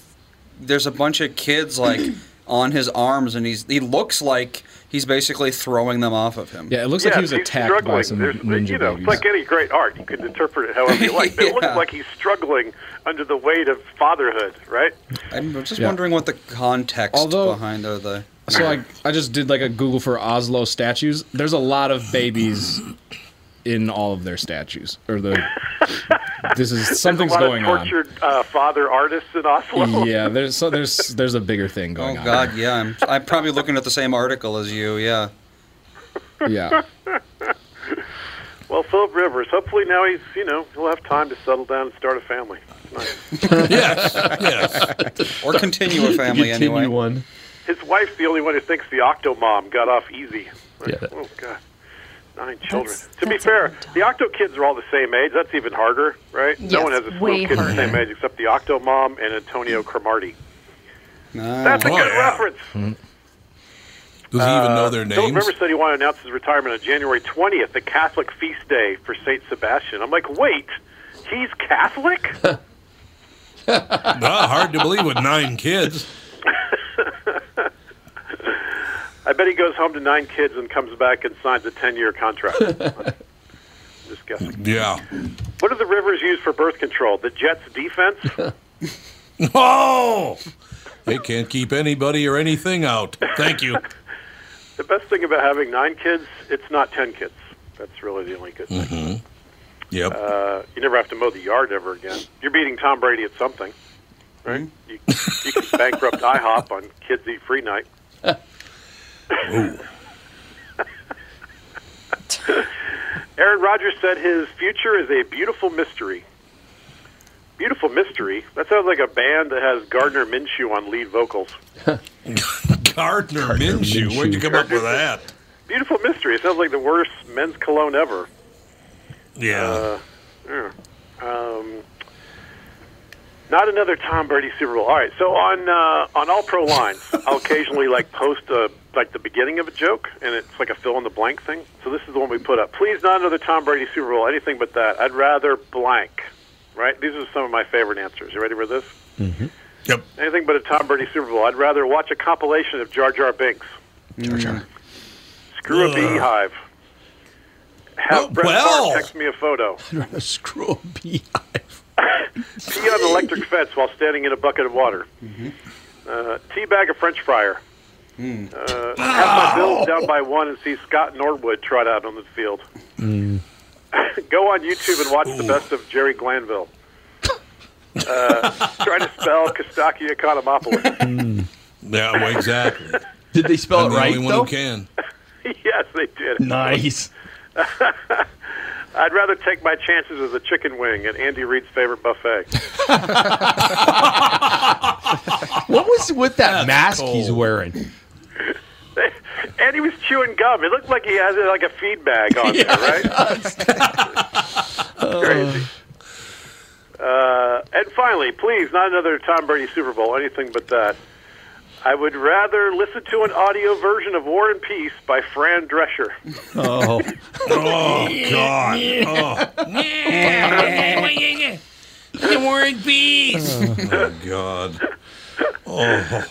[SPEAKER 5] there's a bunch of kids like on his arms, and he's he looks like he's basically throwing them off of him.
[SPEAKER 3] Yeah, it looks like
[SPEAKER 8] yeah,
[SPEAKER 3] he was
[SPEAKER 8] he's
[SPEAKER 3] attacked
[SPEAKER 8] struggling.
[SPEAKER 3] by some
[SPEAKER 8] There's,
[SPEAKER 3] ninja
[SPEAKER 8] you know,
[SPEAKER 3] babies.
[SPEAKER 8] it's like any great art. You can interpret it however you like. But It
[SPEAKER 5] Yeah.
[SPEAKER 8] looks like he's struggling under the weight of fatherhood, right?
[SPEAKER 5] I'm just
[SPEAKER 3] Yeah.
[SPEAKER 5] wondering what the context
[SPEAKER 3] Although-
[SPEAKER 5] behind or the
[SPEAKER 3] so I, I just did like a Google for Oslo statues. There's a lot of babies in all of their statues. Or the this is something's
[SPEAKER 8] There's a lot
[SPEAKER 3] going
[SPEAKER 8] of tortured uh, father artists in Oslo.
[SPEAKER 3] on. Yeah, there's so there's there's a bigger thing
[SPEAKER 5] oh
[SPEAKER 3] going on.
[SPEAKER 5] god, yeah, I'm I'm probably looking at the same article as you. Yeah,
[SPEAKER 3] Yeah.
[SPEAKER 8] Well, Philip Rivers. Hopefully now he's you know he'll have time to settle down and start a family. Nice.
[SPEAKER 1] yes, yes.
[SPEAKER 5] or continue a family
[SPEAKER 6] Continue
[SPEAKER 5] anyway.
[SPEAKER 6] one.
[SPEAKER 8] His wife's the only one who thinks the Octomom got off easy. Like,
[SPEAKER 6] Yeah.
[SPEAKER 8] Oh God, nine children.
[SPEAKER 2] That's-
[SPEAKER 8] to be
[SPEAKER 2] that's
[SPEAKER 8] fair,
[SPEAKER 2] a-
[SPEAKER 8] the Octo kids are all the same age. That's even harder, right? no
[SPEAKER 4] Yes,
[SPEAKER 8] one has a school
[SPEAKER 4] way
[SPEAKER 8] kid the
[SPEAKER 4] harder.
[SPEAKER 8] same age except the Octomom and Antonio Cromartie.
[SPEAKER 5] No.
[SPEAKER 8] That's a
[SPEAKER 1] Oh,
[SPEAKER 8] good
[SPEAKER 1] yeah.
[SPEAKER 8] reference.
[SPEAKER 1] Does he even know their
[SPEAKER 8] Uh, Philip
[SPEAKER 1] names?
[SPEAKER 8] Rivers said he wanted to announce his retirement on January 20th, the Catholic feast day for Saint Sebastian. I'm like, wait, he's Catholic?
[SPEAKER 1] Nah, Ah, hard to believe with nine kids.
[SPEAKER 8] I bet he goes home to nine kids and comes back and signs a 10-year contract. I'm Just guessing.
[SPEAKER 1] Yeah.
[SPEAKER 8] What do the rivers use for birth control? The Jets defense?
[SPEAKER 1] Oh, they can't keep anybody or anything out. Thank you.
[SPEAKER 8] the best thing about having nine kids, it's not ten kids. That's really the only good thing.
[SPEAKER 1] Mm-hmm. Yep.
[SPEAKER 8] Uh, you never have to mow the yard ever again. You're beating Tom Brady at something, right? You, you can bankrupt IHOP on Kids Eat Free Night. Aaron Rodgers said his future is a beautiful mystery. Beautiful mystery. That sounds like a band that has Gardner Minshew on lead vocals.
[SPEAKER 1] Gardner, Minshew. Where'd you come up with that?
[SPEAKER 8] Beautiful mystery. It sounds like the worst men's cologne ever.
[SPEAKER 1] Yeah.
[SPEAKER 8] Yeah. Um, not another Tom Brady Super Bowl. All right, so on uh, on All Pro Lines, I'll occasionally like post a, like the beginning of a joke, and it's like a fill in the blank thing. So this is the one we put up. Please, not another Tom Brady Super Bowl. Anything but that. I'd rather blank. Right? These are some of my favorite answers. You ready for this?
[SPEAKER 1] yep.
[SPEAKER 8] Anything but a Tom Brady Super Bowl. I'd rather watch a compilation of Jar Jar Binks.
[SPEAKER 1] Mm-hmm.
[SPEAKER 8] Screw a
[SPEAKER 1] Ugh.
[SPEAKER 8] beehive. Have
[SPEAKER 1] Oh,
[SPEAKER 8] Brett
[SPEAKER 1] well.
[SPEAKER 8] Favre text me a photo.
[SPEAKER 6] Screw a beehive.
[SPEAKER 8] pee on an electric fence while standing in a bucket of water. Uh, tea bag a French fryer. Uh, have my Bills down by one and see Scott Norwood trot out on the field.
[SPEAKER 1] Mm-hmm.
[SPEAKER 8] Go on YouTube and watch the best of Jerry Glanville. Uh, try to spell Kostaki Economopoulos.
[SPEAKER 1] Yeah, well, exactly.
[SPEAKER 6] Did they spell
[SPEAKER 1] I'm
[SPEAKER 6] it
[SPEAKER 1] the
[SPEAKER 6] right
[SPEAKER 1] only
[SPEAKER 6] though?
[SPEAKER 1] one who can.
[SPEAKER 8] yes, they did.
[SPEAKER 6] Nice.
[SPEAKER 8] I'd rather take my chances as a chicken wing at Andy Reid's favorite buffet.
[SPEAKER 6] What was with that mask he's
[SPEAKER 1] cold.
[SPEAKER 6] wearing?
[SPEAKER 8] and he was chewing gum. It looked like he had like a feed bag on there, right? That's crazy. Uh, and finally, please, not another Tom Brady Super Bowl, anything but that. I would rather listen to an audio version of War and Peace by Fran Drescher.
[SPEAKER 6] Oh,
[SPEAKER 1] Oh God. Oh.
[SPEAKER 9] The Warren Bees.
[SPEAKER 1] oh God. Oh,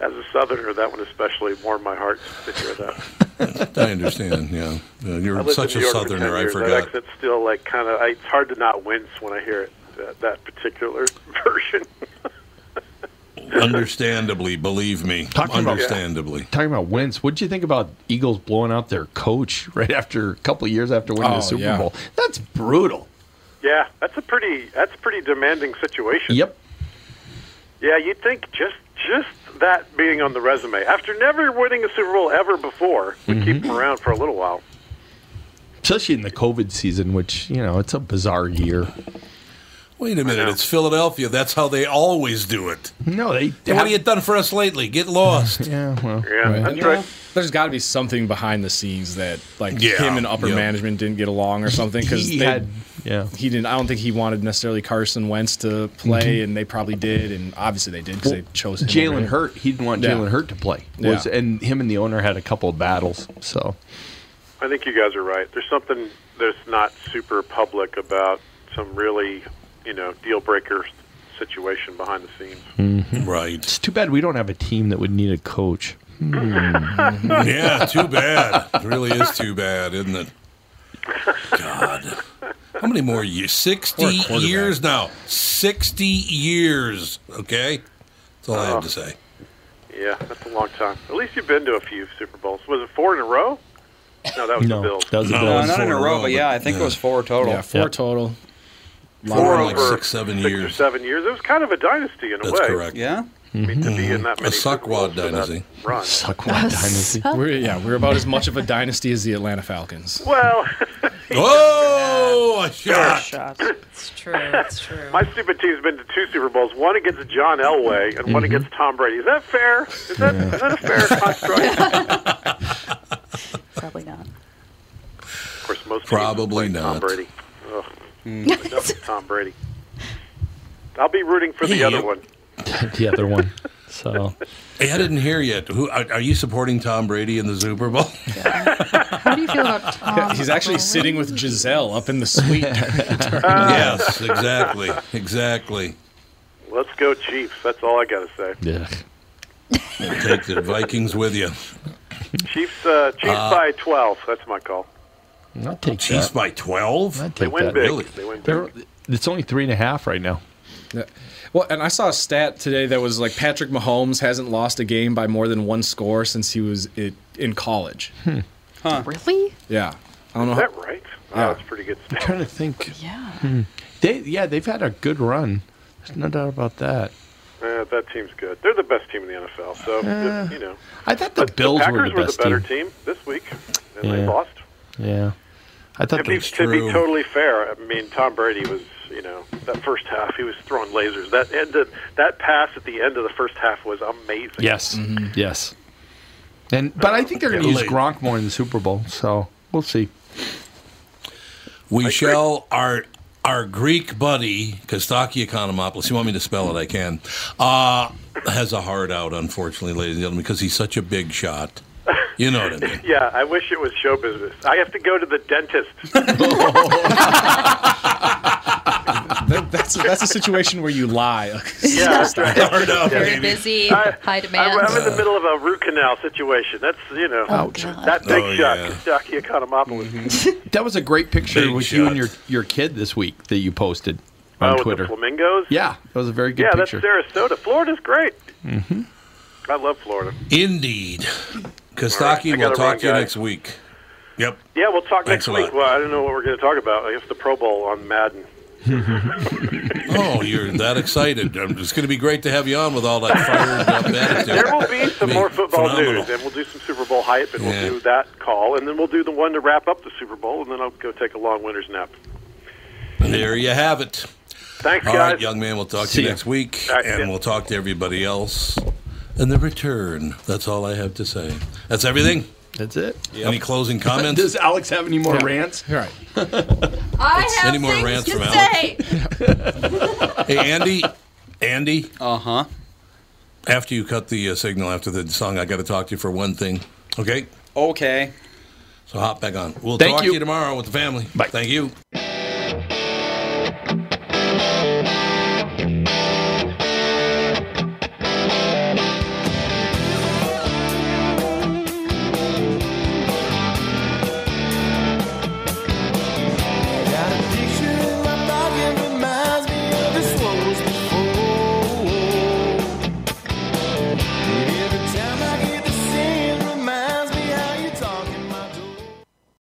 [SPEAKER 8] As a Southerner, that one especially warmed my heart to hear that.
[SPEAKER 1] I understand. Yeah, Yeah,
[SPEAKER 8] I
[SPEAKER 1] you're
[SPEAKER 8] lived
[SPEAKER 1] such
[SPEAKER 8] in New
[SPEAKER 1] a
[SPEAKER 8] York for 10
[SPEAKER 1] southerner. I
[SPEAKER 8] years. That
[SPEAKER 1] forgot.
[SPEAKER 8] accent's still like kind of. It's hard to not wince when I hear it. That, that particular version.
[SPEAKER 1] Understandably, believe me.
[SPEAKER 6] Talking about-
[SPEAKER 1] Understandably.
[SPEAKER 6] talking about wins. What would you think about Eagles blowing out their coach right after a couple of years after winning
[SPEAKER 3] Oh,
[SPEAKER 6] the Super
[SPEAKER 3] yeah.
[SPEAKER 6] Bowl? That's brutal.
[SPEAKER 8] yeah, that's a pretty. That's a pretty demanding situation.
[SPEAKER 6] Yep.
[SPEAKER 8] Yeah, you'd think just just that being on the resume after never winning a Super Bowl ever before would
[SPEAKER 6] Mm-hmm.
[SPEAKER 8] keep him around for a little while.
[SPEAKER 6] Especially in the COVID season, which you know it's a bizarre year.
[SPEAKER 1] Wait a minute, it's Philadelphia. That's how they always do it.
[SPEAKER 6] No, they.
[SPEAKER 1] Hey, what have you done for us lately? Get lost.
[SPEAKER 6] yeah, well,
[SPEAKER 8] that's
[SPEAKER 3] You know,
[SPEAKER 8] right.
[SPEAKER 3] There's got to be something behind the scenes that like
[SPEAKER 1] Yeah,
[SPEAKER 3] him and upper
[SPEAKER 1] yeah.
[SPEAKER 3] management didn't get along or something because
[SPEAKER 6] He
[SPEAKER 3] they
[SPEAKER 6] had- yeah.
[SPEAKER 3] he didn't. I don't think he wanted necessarily Carson Wentz to play, and they probably did, and obviously they did because they chose him over
[SPEAKER 6] Mm-hmm. Jalen
[SPEAKER 3] him.
[SPEAKER 6] Hurt. He didn't want
[SPEAKER 3] Yeah.
[SPEAKER 6] Jalen Hurt to play. Was
[SPEAKER 3] Yeah.
[SPEAKER 6] and him and the owner had a couple of battles. So
[SPEAKER 8] I think you guys are right. There's something that's not super public about some really, you know, deal breaker situation behind the scenes.
[SPEAKER 6] Mm-hmm.
[SPEAKER 1] Right.
[SPEAKER 6] it's too bad we don't have a team that would need a coach.
[SPEAKER 3] Hmm. Mm-hmm.
[SPEAKER 1] Yeah, too bad. It really is too bad, isn't it? God. How many more years? 60
[SPEAKER 3] Or a quarterback.
[SPEAKER 1] years now. 60 years, okay? That's all I have to say.
[SPEAKER 8] Yeah, that's a long time. At least you've been to a few Super Bowls. Was it four in a row? No, that was
[SPEAKER 6] No,
[SPEAKER 8] the Bills.
[SPEAKER 6] that was the
[SPEAKER 1] No,
[SPEAKER 5] No,
[SPEAKER 6] Bills.
[SPEAKER 5] not in a
[SPEAKER 1] four in a
[SPEAKER 5] row,
[SPEAKER 1] row,
[SPEAKER 5] but yeah,
[SPEAKER 1] but-
[SPEAKER 5] I think
[SPEAKER 1] yeah.
[SPEAKER 5] it was four total.
[SPEAKER 3] Yeah, four
[SPEAKER 6] Yeah.
[SPEAKER 3] total.
[SPEAKER 8] Four
[SPEAKER 1] Like
[SPEAKER 8] over
[SPEAKER 1] six, seven
[SPEAKER 8] or
[SPEAKER 1] years.
[SPEAKER 8] seven years. It was kind of a dynasty in a
[SPEAKER 1] That's
[SPEAKER 8] way.
[SPEAKER 1] correct. Mm-hmm.
[SPEAKER 5] Yeah?
[SPEAKER 8] I mean, to be in that
[SPEAKER 1] A
[SPEAKER 8] many Super
[SPEAKER 1] suckwad
[SPEAKER 8] Bowls for that
[SPEAKER 1] dynasty.
[SPEAKER 8] Run.
[SPEAKER 6] Suck one dynasty.
[SPEAKER 3] We're, yeah, we're about as much of a dynasty as the Atlanta Falcons.
[SPEAKER 8] Well,
[SPEAKER 1] Oh, a shot.
[SPEAKER 2] It's true. It's true.
[SPEAKER 8] my stupid team's been to two Super Bowls. One against John Elway and
[SPEAKER 3] Mm-hmm.
[SPEAKER 8] one against Tom Brady. Is that fair? Is that, is that a fair construct? of
[SPEAKER 4] Probably not.
[SPEAKER 8] course, most teams
[SPEAKER 1] Probably
[SPEAKER 8] play Tom
[SPEAKER 1] not.
[SPEAKER 8] Brady. Ugh.
[SPEAKER 3] Mm.
[SPEAKER 8] Enough of Tom Brady. I'll be rooting for the
[SPEAKER 1] Hey,
[SPEAKER 8] other
[SPEAKER 1] you-
[SPEAKER 8] one.
[SPEAKER 6] the other one. So
[SPEAKER 1] Hey, I didn't hear yet. Who are, are you supporting Tom Brady in the Super Bowl?
[SPEAKER 4] How do you feel about Tom?
[SPEAKER 3] He's actually
[SPEAKER 8] Oh.
[SPEAKER 3] sitting with Giselle up in the suite.
[SPEAKER 1] yes, exactly. Exactly.
[SPEAKER 8] Let's go Chiefs. That's all I got to say.
[SPEAKER 6] yeah,
[SPEAKER 1] Take the Vikings with you.
[SPEAKER 8] Chiefs, uh, Chiefs by 12. That's my call.
[SPEAKER 6] I'll take
[SPEAKER 1] Chiefs
[SPEAKER 6] that.
[SPEAKER 1] by 12?
[SPEAKER 6] I'll
[SPEAKER 8] They
[SPEAKER 6] take
[SPEAKER 8] win
[SPEAKER 6] that.
[SPEAKER 8] big.
[SPEAKER 1] really.
[SPEAKER 8] They win big.
[SPEAKER 6] They're- It's only three and a half right now.
[SPEAKER 3] Yeah. Well, and I saw a stat today that was like Patrick Mahomes hasn't lost a game by more than one score since he was it, in college.
[SPEAKER 4] really?
[SPEAKER 3] Yeah. I don't know.
[SPEAKER 8] Is
[SPEAKER 3] How,
[SPEAKER 8] that right? Oh,
[SPEAKER 3] Yeah.
[SPEAKER 8] that's a pretty good.
[SPEAKER 6] I'm
[SPEAKER 8] stat.
[SPEAKER 6] trying to think.
[SPEAKER 4] Yeah.
[SPEAKER 3] Hmm.
[SPEAKER 6] They yeah, they've had a good run. There's no doubt about that.
[SPEAKER 8] Uh, that team's good. They're the best team in the NFL. So you know,
[SPEAKER 6] I thought the
[SPEAKER 8] but
[SPEAKER 6] Bills
[SPEAKER 8] the
[SPEAKER 6] were
[SPEAKER 8] Packers
[SPEAKER 6] the best
[SPEAKER 8] better
[SPEAKER 6] team.
[SPEAKER 8] team. this week, and they
[SPEAKER 6] Yeah.
[SPEAKER 8] lost.
[SPEAKER 6] Yeah, I
[SPEAKER 8] To
[SPEAKER 6] thought
[SPEAKER 8] be,
[SPEAKER 6] the
[SPEAKER 8] to be
[SPEAKER 1] true.
[SPEAKER 8] totally fair, I mean, Tom Brady was you know that first half he was throwing lasers. That end of, that pass at the end of the first half was amazing.
[SPEAKER 6] yes, yes. And but I think they're going to use
[SPEAKER 1] Late.
[SPEAKER 6] Gronk more in the Super Bowl, so we'll see.
[SPEAKER 1] We shall our our Greek buddy Kostaki Economopoulos. You want me to spell it? I can. Uh, has a hard out, unfortunately, ladies and gentlemen, because he's such a big shot. You know what I mean?
[SPEAKER 8] Yeah, I wish it was show business. I have to go to the dentist.
[SPEAKER 3] that, that's that's a situation where you lie.
[SPEAKER 8] yeah, that's right.
[SPEAKER 1] Hard out,
[SPEAKER 4] Very
[SPEAKER 1] baby.
[SPEAKER 4] busy,
[SPEAKER 8] I-
[SPEAKER 4] high
[SPEAKER 8] I'm,
[SPEAKER 4] demand.
[SPEAKER 8] I'm in the middle of a root canal situation. That's you know
[SPEAKER 6] Uh. Ouch. Mm-hmm.
[SPEAKER 8] that big
[SPEAKER 1] Oh,
[SPEAKER 8] shot,
[SPEAKER 1] yeah.
[SPEAKER 8] Kostaki Economopoulos.
[SPEAKER 6] That was a great picture
[SPEAKER 1] Big
[SPEAKER 6] with you and your
[SPEAKER 1] shots.
[SPEAKER 6] your kid this week that you posted
[SPEAKER 8] Oh,
[SPEAKER 6] on
[SPEAKER 8] with
[SPEAKER 6] Twitter.
[SPEAKER 8] the flamingos.
[SPEAKER 6] yeah, that was a very good
[SPEAKER 8] yeah,
[SPEAKER 6] picture.
[SPEAKER 8] that's Sarasota. Florida's great. I love Florida.
[SPEAKER 1] Indeed.
[SPEAKER 8] right, I
[SPEAKER 1] Kostaki,
[SPEAKER 8] got
[SPEAKER 1] we'll
[SPEAKER 8] a
[SPEAKER 1] talk
[SPEAKER 8] wrong
[SPEAKER 1] to you
[SPEAKER 8] guy.
[SPEAKER 1] next week. Yep.
[SPEAKER 8] Yeah, we'll talk
[SPEAKER 1] Thanks
[SPEAKER 8] next
[SPEAKER 1] a
[SPEAKER 8] week.
[SPEAKER 1] lot.
[SPEAKER 8] Well, I don't know what we're going to talk about. If the Pro Bowl on Madden.
[SPEAKER 1] Oh, you're that excited. Um, It's going to be great to have you on with all that fired up attitude.
[SPEAKER 8] There will be some
[SPEAKER 1] Be
[SPEAKER 8] more football
[SPEAKER 1] phenomenal.
[SPEAKER 8] news, and we'll do some Super Bowl hype, and
[SPEAKER 1] Yeah.
[SPEAKER 8] we'll do that call, and then we'll do the one to wrap up the Super Bowl, and then I'll go take a long winter's nap.
[SPEAKER 1] There you have it.
[SPEAKER 8] Thanks,
[SPEAKER 1] All
[SPEAKER 8] guys.
[SPEAKER 1] right, young man, we'll talk to
[SPEAKER 6] See
[SPEAKER 1] you
[SPEAKER 6] ya.
[SPEAKER 1] next week,
[SPEAKER 8] All right, see
[SPEAKER 1] and
[SPEAKER 8] ya.
[SPEAKER 1] we'll talk to everybody else. And the return. That's all I have to say. That's everything.
[SPEAKER 6] That's it.
[SPEAKER 1] Any closing
[SPEAKER 6] Does
[SPEAKER 1] comments?
[SPEAKER 6] Alex have any more rants?
[SPEAKER 3] All right.
[SPEAKER 4] I have
[SPEAKER 1] Any more
[SPEAKER 4] things
[SPEAKER 1] rants
[SPEAKER 4] to
[SPEAKER 1] from Alex?
[SPEAKER 4] say.
[SPEAKER 1] hey, Andy. Andy,
[SPEAKER 5] Uh
[SPEAKER 6] Uh-huh.
[SPEAKER 5] huh.
[SPEAKER 1] after you cut the uh, signal after the song, I got to talk to you for one thing. Okay,
[SPEAKER 5] Okay.
[SPEAKER 1] so hop back on. We'll
[SPEAKER 6] Thank
[SPEAKER 1] talk
[SPEAKER 6] you.
[SPEAKER 1] to you tomorrow with the family.
[SPEAKER 6] Bye.
[SPEAKER 1] Thank you.